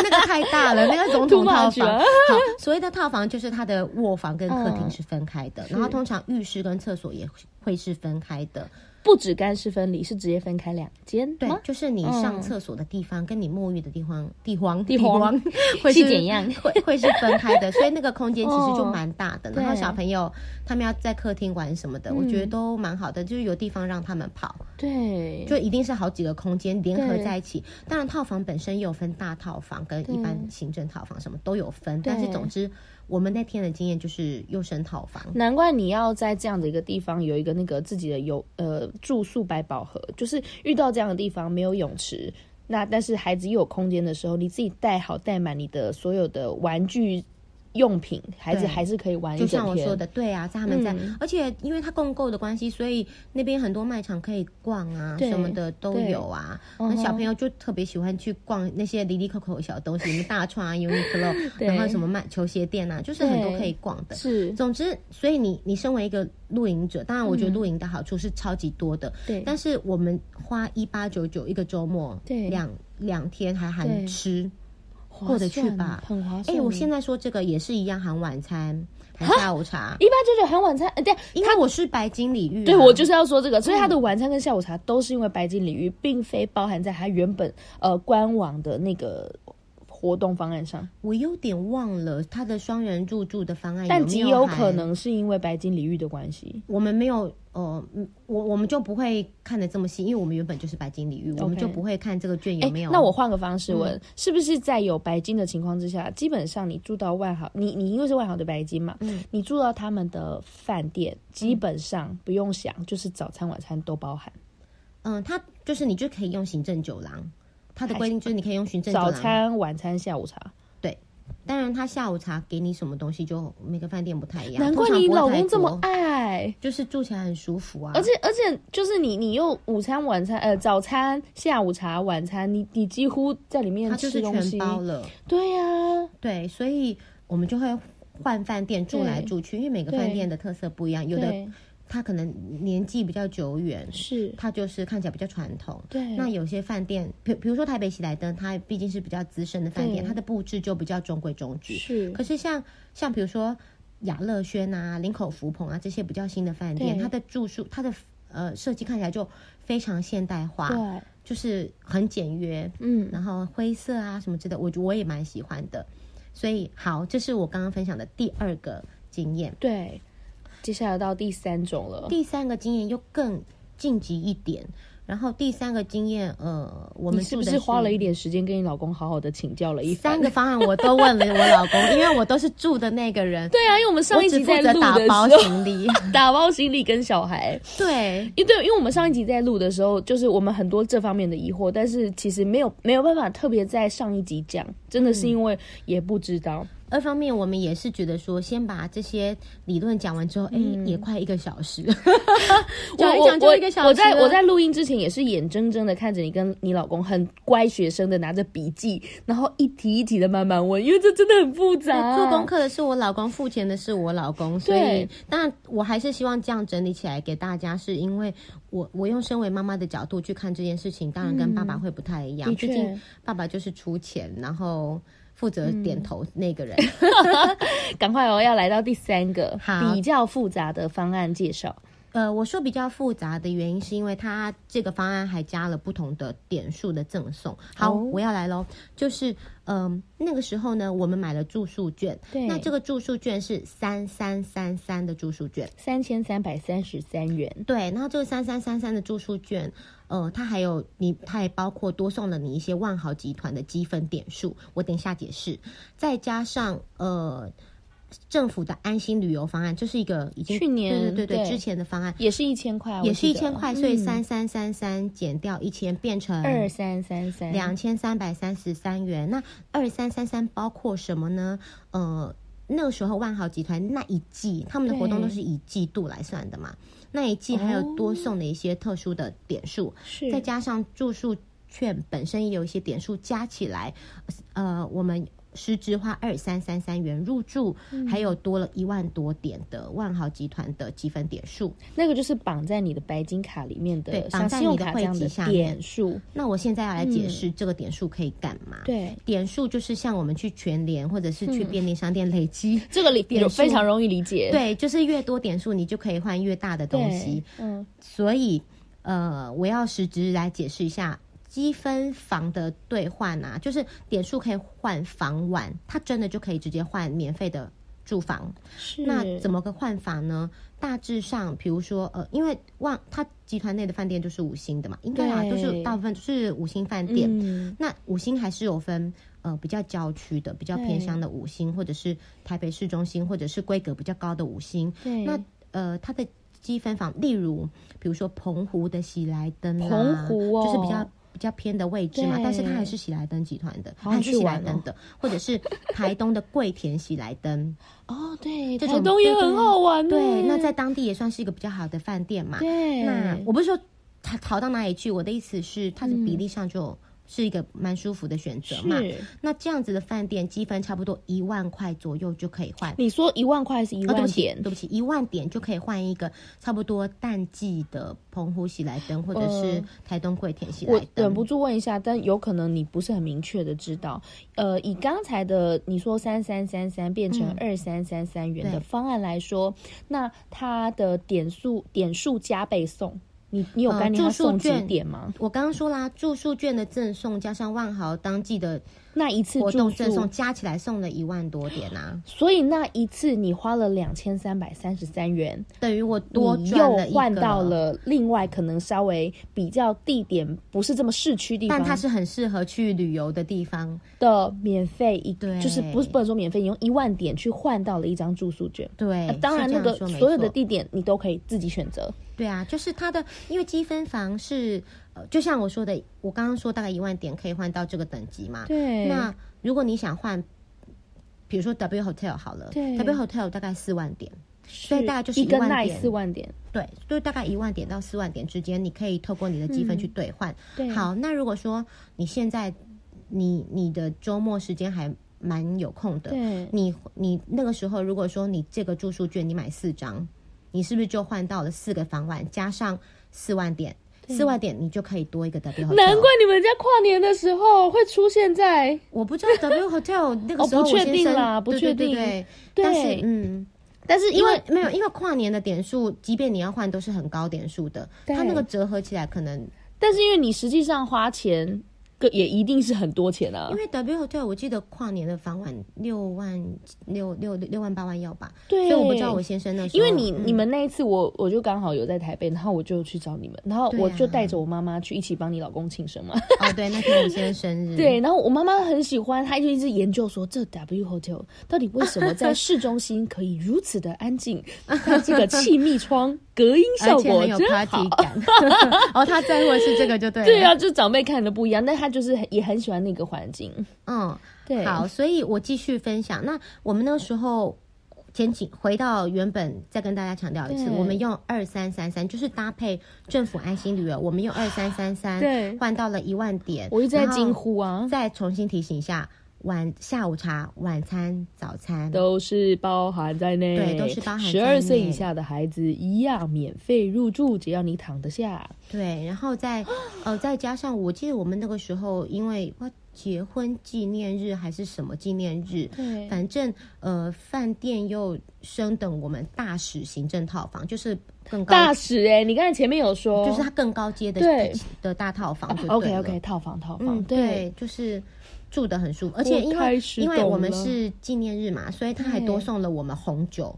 Speaker 1: 那个太大了，那个总统
Speaker 2: Too much 啊
Speaker 1: 套房。
Speaker 2: 了
Speaker 1: 好，所谓的套房就是它的卧房跟客厅是分开的，然后通常浴室跟厕所也会是分开的。
Speaker 2: 不止干湿分离，是直接分开两间
Speaker 1: 对
Speaker 2: 吗，？
Speaker 1: 就是你上厕所的地方跟你沐浴的地方，地方
Speaker 2: 嗯地方
Speaker 1: 会是
Speaker 2: 是怎样
Speaker 1: 会会是分开 的，所以那个空间其实就蛮大的。然后
Speaker 2: 对
Speaker 1: 小朋友他们要在客厅玩什么
Speaker 2: 嗯
Speaker 1: 的，我觉得都蛮好的，就是有地方让他们跑，
Speaker 2: 对，
Speaker 1: 就一定是好几个空间联合
Speaker 2: 对
Speaker 1: 在一起。当然，套房本身也有分大套房跟一般行政套房，什么都有分。但是
Speaker 2: 对
Speaker 1: 总之，我们那天的经验就是优生套房。
Speaker 2: 难怪你要在这样的一个地方有一个那个自己的游呃住宿百宝盒，就是遇到这样的地方没有泳池，那但是孩子又有空间的时候，你自己带好带满你的所有的玩具用品，孩子
Speaker 1: 对
Speaker 2: 还是可以玩
Speaker 1: 就
Speaker 2: 一
Speaker 1: 像
Speaker 2: 整
Speaker 1: 我
Speaker 2: 天。
Speaker 1: 说的，对啊，在他们在，
Speaker 2: 嗯
Speaker 1: 而且因为它共购的关系，所以那边很多卖场可以逛啊，
Speaker 2: 对
Speaker 1: 什么的都有啊。
Speaker 2: 嗯
Speaker 1: 那
Speaker 2: 哼
Speaker 1: 小朋友就特别喜欢去逛那些离离扣扣的小东西，什么大创 啊、Uniqlo，
Speaker 2: 对
Speaker 1: 然后什么卖球鞋店啊，就是很多可以逛的。
Speaker 2: 是，
Speaker 1: 总之，所以你你身为一个露营者，当然我觉得露营的好处是超级多的，
Speaker 2: 嗯对，
Speaker 1: 但是我们花一八九九一个周末，
Speaker 2: 对
Speaker 1: 两两天还含
Speaker 2: 对
Speaker 1: 吃，
Speaker 2: 划
Speaker 1: 过得去
Speaker 2: 算
Speaker 1: 吧
Speaker 2: 很划
Speaker 1: 哎、
Speaker 2: 算。
Speaker 1: 我现在说这个也是一样，含晚餐，含下午茶。
Speaker 2: 一般就是很晚餐，呃，对，
Speaker 1: 因为我是白金啊领域、
Speaker 2: 对我就是是要说这个，所以他的晚餐跟下午茶都是因为白金鲤鱼，并非包含在他原本呃官网的那个活动方案上，
Speaker 1: 我有点忘了他的双人入住的方案有没
Speaker 2: 但
Speaker 1: 有
Speaker 2: 极有
Speaker 1: 含
Speaker 2: 可能是因为白金鲤鱼的关系。
Speaker 1: 我们没有呃，嗯我我们就不会看得这么细，因为我们原本就是白金领域，我们
Speaker 2: OK
Speaker 1: 就不会看这个券有
Speaker 2: 哎
Speaker 1: 哦没有。嗯
Speaker 2: 那我换个方式问，是不是在有白金的情况之下，基本上你住到万豪，你你因为是万豪的白金嘛，
Speaker 1: 嗯
Speaker 2: 你住到他们的饭店，基本上不用想，就是早餐晚餐都包含。
Speaker 1: 嗯，他就是你就可以用行政酒廊，他的规定就是你可以用行政酒
Speaker 2: 早
Speaker 1: 廊。
Speaker 2: 餐、晚餐、下午茶，
Speaker 1: 当然，他下午茶给你什么东西就每个饭店不太一样。
Speaker 2: 难怪
Speaker 1: 通常
Speaker 2: 你
Speaker 1: 不会
Speaker 2: 老
Speaker 1: 太
Speaker 2: 公这么
Speaker 1: 多，啊
Speaker 2: 爱。
Speaker 1: 就是住起来很舒服啊。
Speaker 2: 而且而且就是你你又午餐晚餐呃早餐下午茶晚餐你你几乎在里面
Speaker 1: 他就
Speaker 2: 吃
Speaker 1: 是
Speaker 2: 东西
Speaker 1: 全，包了。
Speaker 2: 对啊呀、
Speaker 1: 对，所以我们就会换饭店住来住去，因为每个
Speaker 2: 对
Speaker 1: 饭店的特色不一样，有的
Speaker 2: 对
Speaker 1: 它可能年纪比较久远，
Speaker 2: 是，
Speaker 1: 它就是看起来比较传统。
Speaker 2: 对
Speaker 1: 那有些饭店，比比如说台北喜来登，它毕竟是比较资深的饭店，
Speaker 2: 对
Speaker 1: 它的布置就比较中规中矩。
Speaker 2: 是
Speaker 1: 可是像像比如说雅乐轩啊、林口福朋啊这些比较新的饭店，
Speaker 2: 对
Speaker 1: 它的住宿、它的呃设计看起来就非常现代化，
Speaker 2: 对，
Speaker 1: 就是很简约，
Speaker 2: 嗯
Speaker 1: 然后灰色啊什么之类的，我我也蛮喜欢的。所以好，这是我刚刚分享的第二个经验。
Speaker 2: 对，接下来到第三种了，
Speaker 1: 第三个经验又更晋级一点，然后第三个经验，呃，我
Speaker 2: 你
Speaker 1: 们
Speaker 2: 是
Speaker 1: 住
Speaker 2: 不
Speaker 1: 的
Speaker 2: 是花了一点时间跟你老公好好的请教了一番
Speaker 1: 三？个方案，我都问了我老公，因为我都是住的那个人，
Speaker 2: 对啊，因为我们
Speaker 1: 我
Speaker 2: 上一
Speaker 1: 只
Speaker 2: 集
Speaker 1: 负
Speaker 2: 在
Speaker 1: 责
Speaker 2: 录
Speaker 1: 打
Speaker 2: 的时
Speaker 1: 包
Speaker 2: 候，
Speaker 1: 行李。
Speaker 2: 打包行李跟小孩，
Speaker 1: 对，
Speaker 2: 因为对，因为我们上一集在录的时候，就是我们很多这方面的疑惑，但是其实没有没有办法特别在上一集讲，真的是因为也不知道。
Speaker 1: 二方面，我们也是觉得说，先把这些理论讲完之后，哎、也快一个小时， 讲嗯一讲就一个小时
Speaker 2: 嗯
Speaker 1: 啊
Speaker 2: 我在
Speaker 1: 了
Speaker 2: 我在录音之前也是眼睁睁的看着你跟你老公很乖学生的拿着笔记，然后一题一题的慢慢问，因为这真的很复杂、
Speaker 1: 哎做功。课的是我老公，付钱的是我老公，所以
Speaker 2: 啊对
Speaker 1: 当然我还是希望这样整理起来给大家，是因为我我用身为妈妈的角度去看这件事情，当然跟爸爸会不太一样，
Speaker 2: 嗯的
Speaker 1: 毕
Speaker 2: 确
Speaker 1: 竟爸爸就是出钱，然后负责点
Speaker 2: 嗯
Speaker 1: 头那个人。
Speaker 2: 赶快哦，要来到第三个
Speaker 1: 好
Speaker 2: 比较复杂的方案介绍。
Speaker 1: 呃，我说比较复杂的原因是因为它这个方案还加了不同的点数的赠送。好，
Speaker 2: 哦
Speaker 1: 我要来喽，就是嗯、那个时候呢，我们买了住宿券，
Speaker 2: 对
Speaker 1: 那这个住宿券是三三三三的住宿券。
Speaker 2: 三千三百三十三元，
Speaker 1: 对，那这个三三三三的住宿券，呃，它还有你，它还包括多送了你一些万豪集团的积分点数，我等一下解释。再加上呃，政府的安心旅游方案，这是一个已经
Speaker 2: 去年
Speaker 1: 对对对对
Speaker 2: 对
Speaker 1: 之前的方案，
Speaker 2: 也是一千块，
Speaker 1: 也是一千块，啊所以三三三三减掉一千变成
Speaker 2: 嗯二三三三
Speaker 1: 嗯两千三百三十三元。那二三三三包括什么呢？呃，那时候万豪集团那一季他们的活动
Speaker 2: 对哦
Speaker 1: 都是以季度来算的嘛，那一季还有多送的一些特殊的点数，
Speaker 2: 是
Speaker 1: 再加上住宿券本身也有一些点数，加起来，呃，我们。实质花二三三三元入住，
Speaker 2: 嗯
Speaker 1: 还有多了一万多点的万豪集团的积分点数。
Speaker 2: 那个就是绑在你的白金卡里面的，
Speaker 1: 对
Speaker 2: 像
Speaker 1: 绑在
Speaker 2: 信
Speaker 1: 你
Speaker 2: 用
Speaker 1: 的
Speaker 2: 卡这
Speaker 1: 汇
Speaker 2: 样
Speaker 1: 集
Speaker 2: 的
Speaker 1: 下面
Speaker 2: 点数，
Speaker 1: 那我现在要来解释这个点数可以干嘛？
Speaker 2: 嗯对，
Speaker 1: 点数就是像我们去全联或者是去便利商店累积，
Speaker 2: 这个理
Speaker 1: 点数
Speaker 2: 非常容易理 解，，
Speaker 1: 对，就是越多点数你就可以换越大的东西
Speaker 2: 对。，嗯，
Speaker 1: 所以，呃，我要实质来解释一下积分房的兑换啊，就是点数可以换房晚，它真的就可以直接换免费的住房。
Speaker 2: 是
Speaker 1: 那怎
Speaker 2: 么
Speaker 1: 么个换法呢？大致上，比如说，呃，因为万它集团内的饭店就是五星的嘛，应该啊
Speaker 2: 对
Speaker 1: 都是大部分就是五星饭店。
Speaker 2: 嗯
Speaker 1: 那五星还是有分，呃，比较郊区的、比较偏乡的五星，或者是台北市中心，或者是规格比较高的五星。
Speaker 2: 对
Speaker 1: 那呃，它的积分房，例如比如说澎湖的喜来登啦，
Speaker 2: 澎湖哦
Speaker 1: 就是比较。比较偏的位置嘛，
Speaker 2: 对
Speaker 1: 但是它还是喜来登集团的，它
Speaker 2: 想
Speaker 1: 还是
Speaker 2: 去
Speaker 1: 喜
Speaker 2: 玩
Speaker 1: 来登
Speaker 2: 哦
Speaker 1: 的，或者是台东的桂田喜来 登，
Speaker 2: 哦，对，
Speaker 1: 这
Speaker 2: 台
Speaker 1: 种
Speaker 2: 东也
Speaker 1: 对对
Speaker 2: 很好玩呢，
Speaker 1: 对，那在当地也算是一个比较好的饭店嘛。
Speaker 2: 对，
Speaker 1: 那我不是说它逃到哪里去，我的意思是它的比例上就是一个蛮舒服的选择嘛。
Speaker 2: 嗯是
Speaker 1: 那这样子的饭店积分差不多一万块左右就可以换。哦
Speaker 2: 你说一万块是一
Speaker 1: 哦，对
Speaker 2: 万
Speaker 1: 不起，
Speaker 2: 点
Speaker 1: 对，不起，一万点就可以换一个差不多淡季的澎湖喜来登，或者是台东桂田喜来
Speaker 2: 呃我
Speaker 1: 登。
Speaker 2: 忍不住问一下，但有可能你不是很明确的知道，呃，以刚才的你说三三三三变
Speaker 1: 嗯
Speaker 2: 成二三三三元
Speaker 1: 对
Speaker 2: 的方案来说，那它的点数点数加倍送，你你有
Speaker 1: 呃
Speaker 2: 概念它
Speaker 1: 住宿
Speaker 2: 送几
Speaker 1: 券
Speaker 2: 点吗？
Speaker 1: 我刚刚说啦，住宿券的赠送加上万豪当季的
Speaker 2: 那一次
Speaker 1: 活
Speaker 2: 住
Speaker 1: 动赠送，
Speaker 2: 宿，
Speaker 1: 加起来送了一万多点啊，
Speaker 2: 所以那一次你花了两千三百三十三元，
Speaker 1: 等于我多
Speaker 2: 你
Speaker 1: 赚
Speaker 2: 又
Speaker 1: 了一个。
Speaker 2: 换到了另外可能稍微比较地点不是这么市区地方，
Speaker 1: 但它是很适合去旅游的地方。
Speaker 2: 的免费一，
Speaker 1: 对
Speaker 2: 就是不是不能说免费，你用一万点去换到了一张住宿券。
Speaker 1: 对，
Speaker 2: 呃当然，
Speaker 1: 是这
Speaker 2: 那
Speaker 1: 样
Speaker 2: 个
Speaker 1: 说没
Speaker 2: 所有的
Speaker 1: 错
Speaker 2: 地点你都可以自己选择。
Speaker 1: 对啊，就是它的，因为积分房是，呃，就像我说的，我刚刚说大概一万点可以换到这个等级嘛。
Speaker 2: 对
Speaker 1: 那如果你想换，比如说 W Hotel 好了
Speaker 2: 对
Speaker 1: ，W Hotel 大概四万点，
Speaker 2: 所
Speaker 1: 以大概就是
Speaker 2: 一个
Speaker 1: 1万
Speaker 2: night
Speaker 1: 点
Speaker 2: 四万点，
Speaker 1: 对，就大概一万点到四万点之间，你可以透过你的积分去兑换。
Speaker 2: 嗯对
Speaker 1: 好，那如果说你现在你你的周末时间还蛮有空的，
Speaker 2: 对
Speaker 1: 你你那个时候如果说你这个住宿券你买四张，你是不是就换到了四个房晚加上四万点？四万点你就可以多一个 W Hotel。
Speaker 2: 难怪你们家跨年的时候会出 现在
Speaker 1: 我不知道 W Hotel 那个时候
Speaker 2: 哦
Speaker 1: 我
Speaker 2: 不确
Speaker 1: 先
Speaker 2: 定
Speaker 1: 生
Speaker 2: 啦不
Speaker 1: 对
Speaker 2: 确
Speaker 1: 对
Speaker 2: 定
Speaker 1: 对
Speaker 2: 对
Speaker 1: 但是嗯。
Speaker 2: 但是
Speaker 1: 因
Speaker 2: 因
Speaker 1: 为
Speaker 2: 为
Speaker 1: 没有，因为跨年的点数，即便你要换，都是很高点数的。
Speaker 2: 对
Speaker 1: 它那个折合起来，可能
Speaker 2: 但是因为你实际上花钱，个也一定是很多钱啊
Speaker 1: 因。为 W Hotel 我记得跨年的房晚六万六六六万八万要吧，
Speaker 2: 对
Speaker 1: 所以我不知道我先生那时
Speaker 2: 因
Speaker 1: 候，
Speaker 2: 为你、你们那一次我我就刚好有在台北，然后我就去找你们，然后
Speaker 1: 对啊
Speaker 2: 我就带着我妈妈去一起帮你老公庆生嘛。
Speaker 1: 哦对，那天我先生生日，
Speaker 2: 对，然后我妈妈很喜欢，她就一直研究说这 W Hotel 到底为什么在市中心可以如此的安静，它这个气密窗隔音效
Speaker 1: 而且
Speaker 2: 果
Speaker 1: 很有
Speaker 2: 真
Speaker 1: party
Speaker 2: 好。
Speaker 1: 感。 哦，他在乎的是这个就对了。
Speaker 2: 对啊，，就长辈看的不一样，但她就是很也很喜欢那个环境。
Speaker 1: 嗯，
Speaker 2: 对，
Speaker 1: 好，所以我继续分享。那我们那时候前几回到原本，再跟大家强调一次，
Speaker 2: 对
Speaker 1: 我们用二三三三，就是搭配政府安心旅游，我们用二三三三
Speaker 2: 对
Speaker 1: 换到了一万点。
Speaker 2: 我一直在
Speaker 1: 然后
Speaker 2: 惊呼啊，
Speaker 1: 再重新提醒一下，晚下午茶、晚餐、早餐
Speaker 3: 都是包含在内，
Speaker 1: 对，都是包含在内。
Speaker 3: 十二岁以下的孩子一样免费入住，只要你躺得下。
Speaker 1: 对，然 后再呃再加上，我记得我们那个时候，因为结婚纪念日还是什么纪念日，
Speaker 2: 对
Speaker 1: 反正呃饭店又升等我们大使行政套房，就是更高
Speaker 3: 大使
Speaker 2: 欸
Speaker 3: 哎、你刚才前面有说，
Speaker 1: 就是它更高阶的
Speaker 3: 对
Speaker 1: 的大套房就对
Speaker 3: OK
Speaker 1: 了、
Speaker 3: OK 套房套房，
Speaker 1: 嗯，对，就是住的很舒服，而且因
Speaker 3: 开
Speaker 1: 为
Speaker 3: 始
Speaker 1: 因为我们
Speaker 3: 懂了
Speaker 1: 是纪念日嘛，所以他还多送了我们红酒。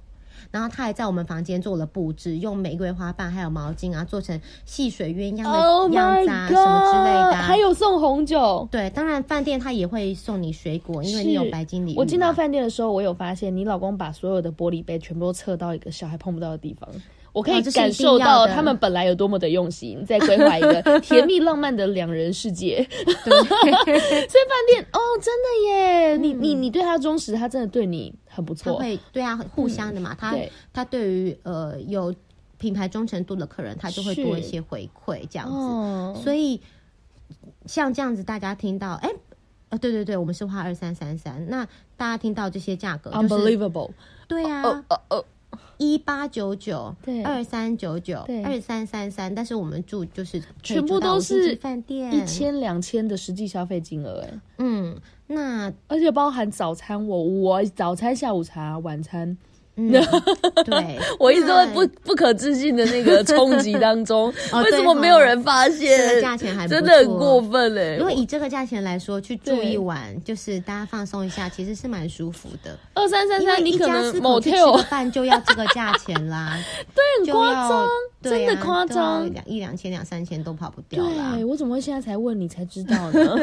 Speaker 1: 然后他还在我们房间做了布置，用玫瑰花瓣还有毛巾啊，做成戏水鸳鸯的
Speaker 3: Oh
Speaker 1: 样
Speaker 3: my
Speaker 1: 子
Speaker 3: god！
Speaker 1: 啊什么之类的啊、
Speaker 3: 还有送红酒，
Speaker 1: 对，当然饭店他也会送你水果，因为你有啊
Speaker 2: 是
Speaker 1: 白金礼物嘛。
Speaker 2: 我进到饭店的时候，我有发现你老公把所有的玻璃杯全部都撤到一个小孩碰不到的地方。我可以
Speaker 1: 哦这是一定
Speaker 2: 感受
Speaker 1: 要
Speaker 2: 到
Speaker 1: 的
Speaker 2: 他们本来有多么的用心，在规划 一个甜蜜浪漫的两人世界。 所以饭店哦，真的耶！你你你对他忠实，他真的对你很不
Speaker 1: 嗯他
Speaker 2: 错。
Speaker 1: 会对啊，
Speaker 3: 嗯
Speaker 1: 互相的嘛。他
Speaker 2: 对
Speaker 1: 他对于呃有品牌忠诚度的客人，他就会
Speaker 2: 是
Speaker 1: 多一些回馈这样子。
Speaker 2: 哦，
Speaker 1: 所以像这样子，大家听到，哎、呃，对对对，我们是花二三三三。那大家听到这些价格、就是，
Speaker 3: Unbelievable！
Speaker 1: 对啊，
Speaker 2: 哦哦，
Speaker 1: 一八九九，
Speaker 2: 对
Speaker 1: 二三九九
Speaker 2: 对，
Speaker 1: 二三三三。但是我们住就是可以
Speaker 2: 全部
Speaker 1: 住到
Speaker 2: 都
Speaker 1: 五星级
Speaker 2: 是
Speaker 1: 饭店
Speaker 2: 一，千两千的实际消费金额，哎，
Speaker 1: 嗯，那
Speaker 2: 而且包含早餐，我我早餐、下午茶、晚餐，
Speaker 1: 嗯，对，
Speaker 3: 我一直都在不
Speaker 1: 对
Speaker 3: 不可置信的那个冲击当中，
Speaker 1: 哦
Speaker 3: 为什么
Speaker 1: 对哦哦
Speaker 3: 没有人发现？
Speaker 1: 这个价钱还不
Speaker 3: 真的很
Speaker 1: 错
Speaker 3: 过分
Speaker 2: 欸
Speaker 3: 哎、
Speaker 1: 如果以这个价钱来说，去住
Speaker 2: 对
Speaker 1: 一晚，就是大家放松一下，其实是蛮舒服的。
Speaker 3: 二三三
Speaker 1: 因为
Speaker 3: 三，你
Speaker 1: 一
Speaker 3: 可
Speaker 1: 家
Speaker 3: 能
Speaker 1: 四
Speaker 3: 某
Speaker 1: 口去吃
Speaker 3: t
Speaker 1: 个饭就要这个价钱啦，
Speaker 3: 很
Speaker 1: 就
Speaker 3: 夸
Speaker 1: 要
Speaker 3: 张，
Speaker 1: 对
Speaker 3: 真
Speaker 1: 啊
Speaker 3: 的夸
Speaker 1: 都要
Speaker 3: 张。
Speaker 1: 两一两千、两三千都跑不掉啦
Speaker 2: 对。我怎么会现在才问你才知道 呢？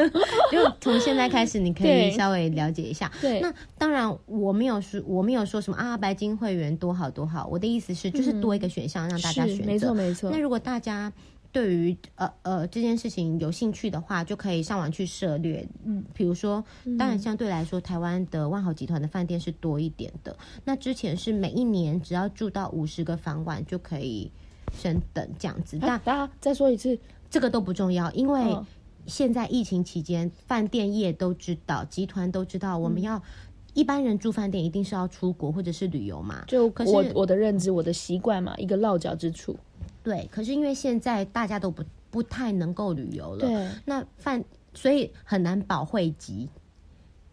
Speaker 1: 就从现在开始，你可
Speaker 2: 对
Speaker 1: 以稍微了解一下。
Speaker 2: 对
Speaker 1: 那当然我没有说我没有说什么啊，白金会员多好多好。我的意思是，就是多一个选项让大家
Speaker 2: 嗯是
Speaker 1: 选择。
Speaker 2: 没错没错
Speaker 1: 那如果大家对于呃呃这件事情有兴趣的话，就可以上网去涉略。嗯，比如说，当
Speaker 2: 嗯
Speaker 1: 然相对来说，台湾的万豪集团的饭店是多一点的。那之前是每一年只要住到五十个房晚就可以升等这样子，
Speaker 2: 啊
Speaker 1: 但
Speaker 2: 大家再说一次，
Speaker 1: 这个都不重要，因为
Speaker 2: 嗯
Speaker 1: 现在疫情期间，饭店业都知道，集团都知道，我
Speaker 2: 嗯
Speaker 1: 们要、一般人住饭店一定是要出国或者是旅游嘛。
Speaker 2: 就
Speaker 1: 可
Speaker 2: 我
Speaker 1: 是
Speaker 2: 我的认知，我的习惯嘛，一个落脚之处。
Speaker 1: 对，可是因为现在大家都不不太能够旅游了，
Speaker 2: 对
Speaker 1: 那饭所以很难保惠及，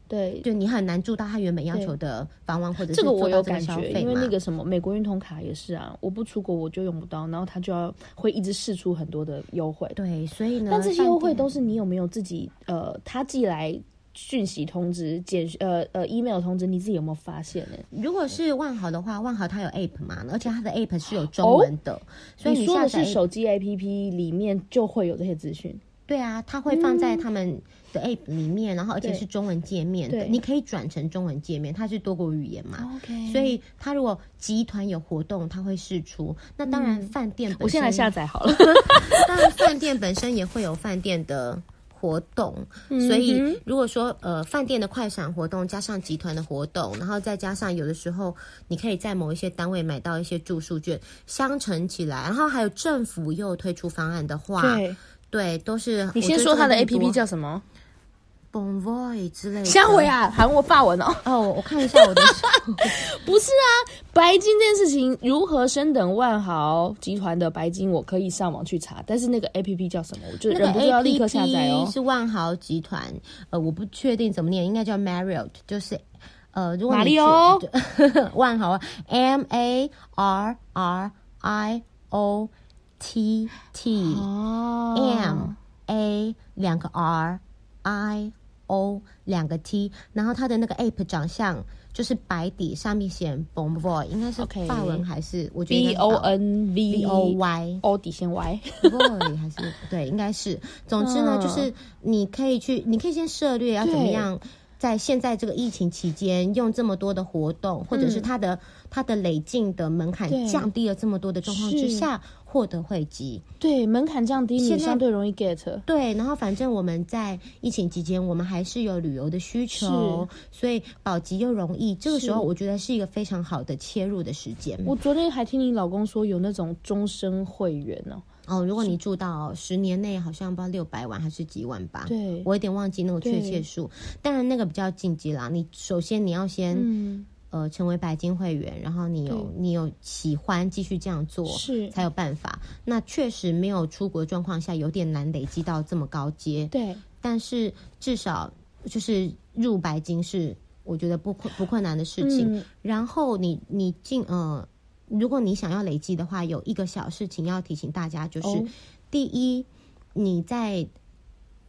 Speaker 2: 对，
Speaker 1: 就你很难住到他原本要求的房晚或者是
Speaker 2: 这个
Speaker 1: 做
Speaker 2: 我
Speaker 1: 到
Speaker 2: 有
Speaker 1: 个
Speaker 2: 感
Speaker 1: 消
Speaker 2: 觉，
Speaker 1: 费
Speaker 2: 因为
Speaker 1: 嘛
Speaker 2: 那个什么美国运通卡也是啊，我不出国我就用不到，然后他就要会一直试出很多的优惠。
Speaker 1: 对，所以呢，
Speaker 2: 但这些优惠
Speaker 1: 饭店
Speaker 2: 都是你有没有自己呃，他寄来讯息通知、简呃呃 email 通知，你自己有没有发现呢？
Speaker 1: 如果是万豪的话，万豪它有 app 嘛，而且它的 app 是有中文的，所以
Speaker 2: 哦你说
Speaker 1: 下
Speaker 2: 的
Speaker 1: 载
Speaker 2: 是
Speaker 1: app
Speaker 2: 手机 APP 里面就会有这些资讯，
Speaker 1: 对啊，它会放在他们的 app 里面，然后而且
Speaker 2: 嗯对
Speaker 1: 是中文界面的，
Speaker 2: 对哦
Speaker 1: 你可以转成中文界面，它是多国语言嘛。
Speaker 2: 啊 OK
Speaker 1: 所以它如果集团有活动，它会释出。那当然，饭店本身、
Speaker 2: 嗯我现在下载好了。
Speaker 1: 当然，饭店本身也会有饭店的活动，
Speaker 2: 嗯
Speaker 1: 所以如果说呃饭店的快闪活动加上集团的活动，然后再加上有的时候你可以在某一些单位买到一些住宿券，相乘起来，然后还有政府又推出方案的话，
Speaker 2: 对，
Speaker 1: 对都是
Speaker 2: 你先说它的 APP 叫什么？
Speaker 1: Bonvoy 之类的。
Speaker 2: 香回啊，韩国法文哦。
Speaker 1: 哦，我看一下我的
Speaker 2: 不是啊，白金这件事情如何升等万豪集团的白金，我可以上网去查，但是那个 A P P 叫什么，我就
Speaker 1: 那
Speaker 2: 忍不
Speaker 1: 个
Speaker 2: 住
Speaker 1: A
Speaker 2: 要
Speaker 1: P
Speaker 2: 立
Speaker 1: P
Speaker 2: 刻下载哦。
Speaker 1: 是万豪集团，呃，我不确定怎么念，应该叫 Marriott，就是呃，如果
Speaker 2: 马
Speaker 1: 你
Speaker 2: 里
Speaker 1: 去
Speaker 2: 奥
Speaker 1: 万豪啊 M A R R I O T T
Speaker 2: 哦
Speaker 1: M A 两个 R I O 两个 T，然后它的那个 App 长相就是白底，上面写 Bonvoy，应该是
Speaker 2: OK
Speaker 1: 法文还是我觉得应该是
Speaker 2: B O
Speaker 1: 法文
Speaker 2: N E
Speaker 1: B
Speaker 2: V
Speaker 1: O Y。
Speaker 2: O 底线 Y，
Speaker 1: boy 还是对，应该是。总之呢，
Speaker 2: 嗯
Speaker 1: 就是你可以去，你可以先涉略要怎么
Speaker 2: 对
Speaker 1: 样。在现在这个疫情期间，用这么多的活动，或者是它的、它的累进的门槛
Speaker 2: 嗯对
Speaker 1: 降低了这么多的状况
Speaker 2: 是
Speaker 1: 之下，获得汇集。
Speaker 2: 对，门槛降低，你
Speaker 1: 现在
Speaker 2: 相对容易 get。
Speaker 1: 对，然后反正我们在疫情期间，我们还是有旅游的需求，所以保级又容易。这个时候，
Speaker 2: 是
Speaker 1: 我觉得是一个非常好的切入的时间。
Speaker 2: 我昨天还听你老公说有那种终身会员呢、
Speaker 1: 哦，如果你住到十年内，好像不知道六百万还是几万吧，
Speaker 2: 对
Speaker 1: 我有点忘记那个确切数。当然那个比较禁忌啦，你首先你要先、
Speaker 2: 嗯，
Speaker 1: 呃成为白金会员，然后你有你有喜欢继续这样做
Speaker 2: 是，
Speaker 1: 才有办法。那确实没有出国状况下有点难累积到这么高阶，
Speaker 2: 对，
Speaker 1: 但是至少就是入白金是我觉得不困不困难的事情。
Speaker 2: 嗯，
Speaker 1: 然后你你进呃，如果你想要累积的话，有一个小事情要提醒大家，就是、
Speaker 2: 哦
Speaker 1: 第一，你在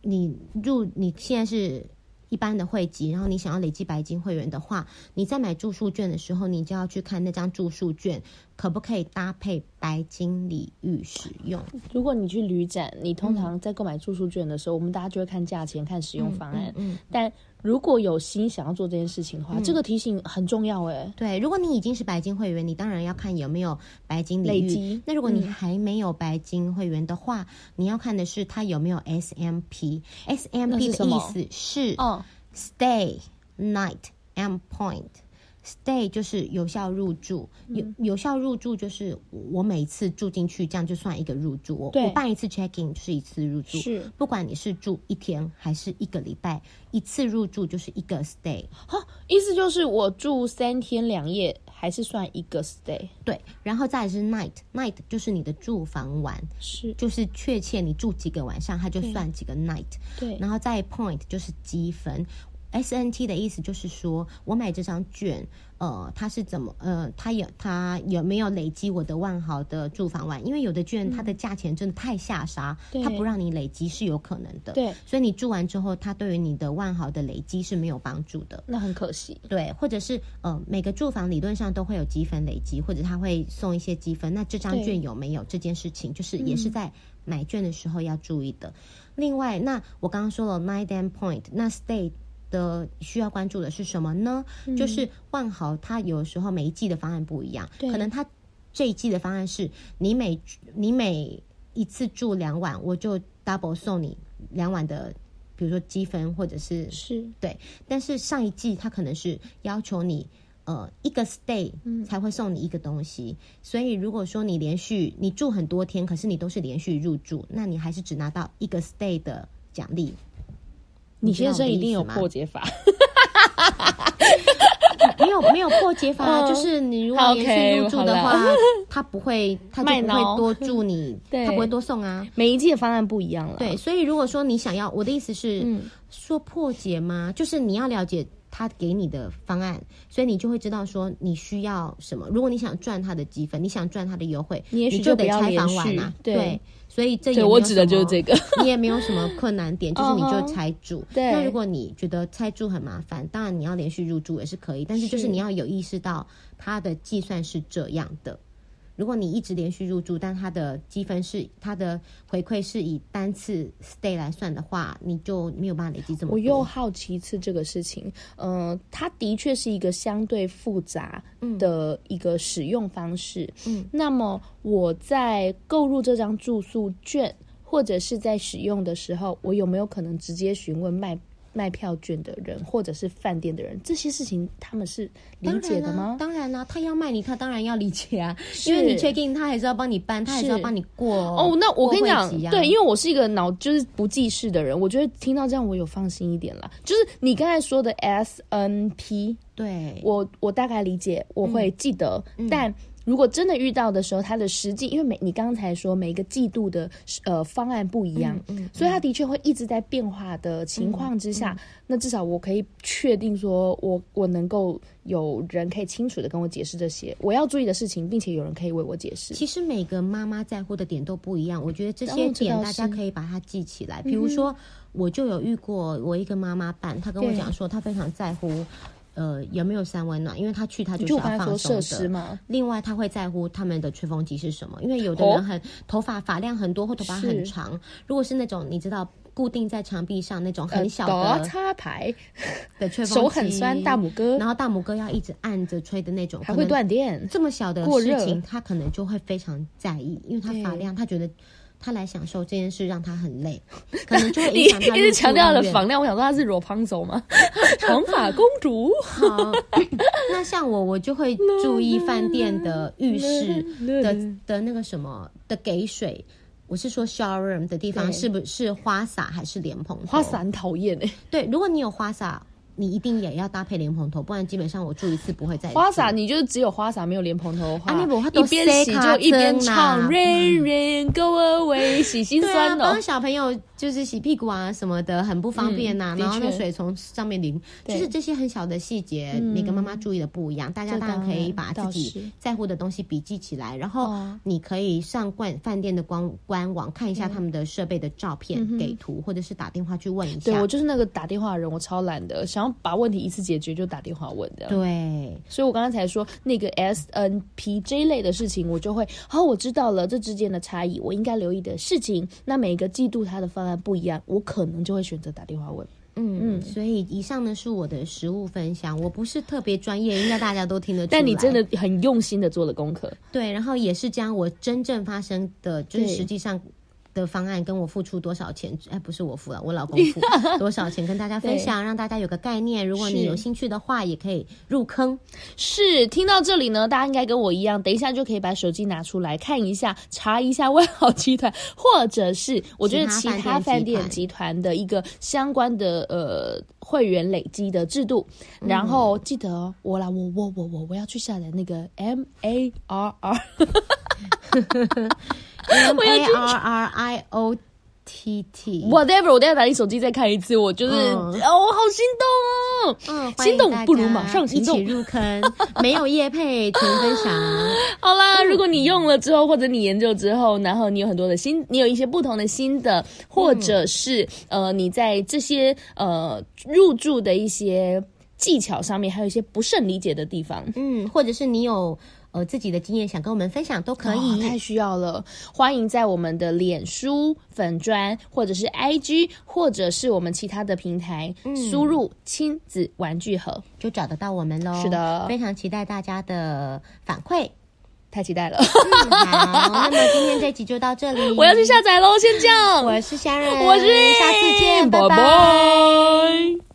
Speaker 1: 你入你现在是一般的会籍，然后你想要累积白金会员的话，你在买住宿券的时候，你就要去看那张住宿券可不可以搭配白金礼遇使用。
Speaker 2: 如果你去旅展，你通常在购买住宿券的时候，我们大家就会看价钱、看使用方案。
Speaker 1: 嗯，
Speaker 2: 但如果有心想要做这件事情的话，这个提醒很重要哎。
Speaker 1: 对，如果你已经是白金会员，你当然要看有没有白金
Speaker 2: 累
Speaker 1: 礼遇
Speaker 2: 积。嗯
Speaker 1: 那如果你还没有白金会员的话，你要看的是它有没有 SMP。
Speaker 2: 那
Speaker 1: SMP
Speaker 2: 是什
Speaker 1: 的
Speaker 2: 么
Speaker 1: 意思是
Speaker 2: 哦，
Speaker 1: stay night and point。Stay 就是有效入住，
Speaker 2: 嗯
Speaker 1: 有有效入住就是我每次住进去，这样就算一个入住。我
Speaker 2: 对
Speaker 1: 我办一次 check in 就是一次入住，
Speaker 2: 是
Speaker 1: 不管你是住一天还是一个礼拜，一次入住就是一个 stay。
Speaker 2: 好，意思就是我住三天两夜，还是算一个 stay，
Speaker 1: 对，然后再来是 night，night 就是你的住房晚，
Speaker 2: 是
Speaker 1: 就是确切你住几个晚上，它就算几个 night。
Speaker 2: 对
Speaker 1: 然后再 point 就是积分。S N T 的意思就是说，我买这张券，呃，它是怎么，呃，它有它有没有累积我的万豪的住房晚？因为有的券它的价钱真的太下杀，
Speaker 2: 嗯对
Speaker 1: 它不让你累积是有可能的。
Speaker 2: 对，
Speaker 1: 所以你住完之后，它对于你的万豪的累积是没有帮助的。
Speaker 2: 那很可惜。
Speaker 1: 对，或者是呃，每个住房理论上都会有积分累积，或者他会送一些积分。那这张
Speaker 2: 对嗯
Speaker 1: 券有没有这件事情，就是也是在买券的时候要注意的。另外，那我刚刚说了 night and point，那 stay 的需要关注的是什么呢？
Speaker 2: 嗯
Speaker 1: 就是万豪它有时候每一季的方案不一样，
Speaker 2: 对
Speaker 1: 可能它这一季的方案是你每你每一次住两晚，我就 double 送你两晚的，比如说积分或者是
Speaker 2: 是
Speaker 1: 对，但是上一季它可能是要求你。呃，一个 stay
Speaker 2: 嗯
Speaker 1: 才会送你一个东西，所以如果说你连续你住很多天，可是你都是连续入住，那你还是只拿到一个 stay 的奖励。
Speaker 2: 你
Speaker 1: 知道
Speaker 2: 先
Speaker 1: 我
Speaker 2: 生
Speaker 1: 的
Speaker 2: 一
Speaker 1: 意
Speaker 2: 定
Speaker 1: 思
Speaker 2: 有
Speaker 1: 吗
Speaker 2: 破解法。
Speaker 1: 没有没有破解法啊，
Speaker 2: 嗯
Speaker 1: 就是你如
Speaker 2: 好
Speaker 1: 果连
Speaker 2: OK，
Speaker 1: 续入住的
Speaker 2: 好
Speaker 1: 话
Speaker 2: 啦，
Speaker 1: 他不会，他
Speaker 2: 卖
Speaker 1: 就不
Speaker 2: 脑
Speaker 1: 会多住你，
Speaker 2: 对
Speaker 1: 他不会多送啊。
Speaker 2: 每一季的方案不一样了。嗯
Speaker 1: 对，，所以如果说你想要，我的意思是、说破解吗？就是你要了解他给你的方案，所以你就会知道说你需要什么。如果你想赚他的积分，你想赚他的优惠，
Speaker 2: 你也许
Speaker 1: 就
Speaker 2: 就不
Speaker 1: 得
Speaker 2: 要
Speaker 1: 拆
Speaker 2: 连
Speaker 1: 房完
Speaker 2: 续
Speaker 1: 啊。
Speaker 2: 对
Speaker 1: 所以这也
Speaker 2: 对
Speaker 1: 没
Speaker 2: 我
Speaker 1: 有
Speaker 2: 指的
Speaker 1: 什
Speaker 2: 就是
Speaker 1: 么
Speaker 2: 这个，
Speaker 1: 你也没有什么困难点，就是你
Speaker 2: 嗯
Speaker 1: 就
Speaker 2: 哼
Speaker 1: 拆住。
Speaker 2: 对
Speaker 1: 那如果你觉得拆住很麻烦，当然你要连续入住也是可以，但是就是
Speaker 2: 是
Speaker 1: 你要有意识到它的计算是这样的。如果你一直连续入住，但它的积分是它的回馈是以单次 stay 来算的话，你就没有办法累积这么
Speaker 2: 我又
Speaker 1: 多。
Speaker 2: 好奇一次这个事情，呃，它的确是一个相对复杂的一个使用方式。
Speaker 1: 嗯，
Speaker 2: 那么我在购入这张住宿券或者是在使用的时候，我有没有可能直接询问卖卖票券的人或者是饭店的人这些事情，他们是理解的吗？
Speaker 1: 当然啦、啊他要卖你，他当然要理解啊，
Speaker 2: 是
Speaker 1: 因为你 check in，他还是要帮你办，他还是要帮你过
Speaker 2: 哦，那我
Speaker 1: 过
Speaker 2: 跟你
Speaker 1: 会
Speaker 2: 讲
Speaker 1: 籍，啊
Speaker 2: 对，因为我是一个脑就是不记事的人，我觉得听到这样我有放心一点啦。就是你刚才说的 S N P，
Speaker 1: 对，
Speaker 2: 我我大概理解，我会记得，但。如果真的遇到的时候，它的实际，因为每你刚才说每一个季度的呃方案不一样，所以它的确会一直在变化的情况之下，那至少我可以确定说我我能够有人可以清楚的跟我解释这些我要注意的事情，并且有人可以为我解释。
Speaker 1: 其实每个妈妈在乎的点都不一样，我觉得这
Speaker 2: 哦
Speaker 1: 些
Speaker 2: 这
Speaker 1: 点
Speaker 2: 倒是嗯
Speaker 1: 大家可以把它记起来。比如说，我就有遇过我一个妈妈办，她跟我
Speaker 2: 对
Speaker 1: 讲说，她非常在乎，呃，有没有三温暖，因为她去她就是
Speaker 2: 就
Speaker 1: 要
Speaker 2: 我刚才说
Speaker 1: 放松
Speaker 2: 设
Speaker 1: 的。
Speaker 2: 施嘛，
Speaker 1: 另外，他会在乎他们的吹风机是什么，因为有的
Speaker 2: 哦
Speaker 1: 人很、头发发量很多或头发
Speaker 2: 是
Speaker 1: 很长，如果是那种你知道固定在墙壁上那种很小
Speaker 2: 呃
Speaker 1: 的、
Speaker 2: 搞插排，
Speaker 1: 的吹风机，
Speaker 2: 手很酸，大拇哥，
Speaker 1: 然后大拇哥要一直按着吹的那种，
Speaker 2: 还
Speaker 1: 可
Speaker 2: 会
Speaker 1: 能
Speaker 2: 断电。
Speaker 1: 这么小的
Speaker 2: 过
Speaker 1: 事
Speaker 2: 热
Speaker 1: 情，他可能就会非常在意，因为他发量，他觉得他来享受这件事让他很 累，可能就会
Speaker 2: 你
Speaker 1: 影响他入
Speaker 2: 一直强调了
Speaker 1: 住意愿
Speaker 2: 仿亮，我想说她是罗胖走吗？ 长发公主，
Speaker 1: 好，那像我，我就会 注意饭店的浴室的的那个什么的给水。我是说 shower room 的地方
Speaker 2: 对
Speaker 1: 是不是花洒还是莲蓬头？
Speaker 2: 花洒很讨厌哎，
Speaker 1: 对，如果你有花洒，你一定也要搭配莲蓬头，不然基本上我住一次不会再住
Speaker 2: 花洒你就是只有花洒没有莲蓬头的话，
Speaker 1: 啊你不会
Speaker 2: 一
Speaker 1: 都
Speaker 2: 边
Speaker 1: 塞
Speaker 2: 洗
Speaker 1: 卡
Speaker 2: 就一边
Speaker 1: 针
Speaker 2: 唱
Speaker 1: 啦
Speaker 2: Rain Rain Go Away，洗心
Speaker 1: 对啊，
Speaker 2: 酸哦
Speaker 1: 帮。小朋友就是洗屁股啊什么的，很不方便呐、
Speaker 2: 嗯的
Speaker 1: 然后那
Speaker 2: 确
Speaker 1: 水从上面淋，
Speaker 2: 对嗯
Speaker 1: 就是这些很小的细节，每个妈妈注意的不一样。大家
Speaker 2: 这
Speaker 1: 当然
Speaker 2: 当
Speaker 1: 可以
Speaker 2: 然
Speaker 1: 把
Speaker 2: 倒
Speaker 1: 自
Speaker 2: 是
Speaker 1: 己在乎的东西笔记起来，然后
Speaker 2: 哦
Speaker 1: 你可以上官饭店的官官网看一下他们的设备的照片、给图，或者是打电话去问一
Speaker 2: 嗯对
Speaker 1: 下
Speaker 2: 我。就是那个打电话的人，我超懒的，想要把问题一次解决就打电话问的。
Speaker 1: 嗯对，
Speaker 2: 所以我刚刚才说那个 S N P 这一类的事情，我就会哦，我知道了这之间的差异，我应该留意的事情。那每个季度它的方案不一样，我可能就会选择打电话问。
Speaker 1: 嗯，所以以上呢是我的食物分享，我不是特别专业，应该大家都听得出来。
Speaker 2: 但你真的很用心的做了功课，
Speaker 1: 对，然后也是将我真正发生的，就是
Speaker 2: 对
Speaker 1: 实际上的方案跟我付出多少钱，哎，不是我付了，我老公 付多少钱，跟大家分享，让大家有个概念。如果你
Speaker 2: 是
Speaker 1: 有兴趣的话，也可以入 坑。
Speaker 2: 是听到这里呢，大家应该跟我一样，等一下就可以把手机拿出来看一下，查一下万豪集团，或者是我觉得其
Speaker 1: 其
Speaker 2: 他
Speaker 1: 他
Speaker 2: 饭
Speaker 1: 饭
Speaker 2: 店
Speaker 1: 店
Speaker 2: 集团的一个相关的呃会员累积的制度。然后记得哦、我啦，我我我我我要去下载那个 M A R R，
Speaker 1: M
Speaker 2: 要
Speaker 1: A
Speaker 2: 去
Speaker 1: R R I O T T，
Speaker 2: whatever，我等一下把你手机再看一次，我就是、
Speaker 1: 嗯
Speaker 2: 哦，我好心动哦。
Speaker 1: 嗯，欢
Speaker 2: 心
Speaker 1: 迎
Speaker 2: 动
Speaker 1: 大
Speaker 2: 不如
Speaker 1: 家
Speaker 2: 马上行动
Speaker 1: 一起入坑，没有业配，请分 享。
Speaker 2: 好啦，如果你用了之后，或者你研究之后，然后你有很多的新，你有一些不同的新的，或者是、呃，你在这些呃入住的一些技巧上面，还有一些不甚理解的地方。
Speaker 1: 嗯，或者是你有呃自己的经验想跟我们分享，都可
Speaker 2: 哦
Speaker 1: 以。
Speaker 2: 太需要了！欢迎在我们的脸书粉砖，或者是 IG，或者是我们其他的平台，输入“亲子玩具盒
Speaker 1: 就找得到我们喽。
Speaker 2: 是的
Speaker 1: 非常期待大家的反馈。”。
Speaker 2: 太期待 了，
Speaker 1: 嗯好，那么今天这集就到这里。
Speaker 2: 我要去，下载喽！先这样，
Speaker 1: 我是 Sharon，
Speaker 2: 我是
Speaker 1: 下次见，拜
Speaker 2: 拜
Speaker 1: 拜
Speaker 2: 拜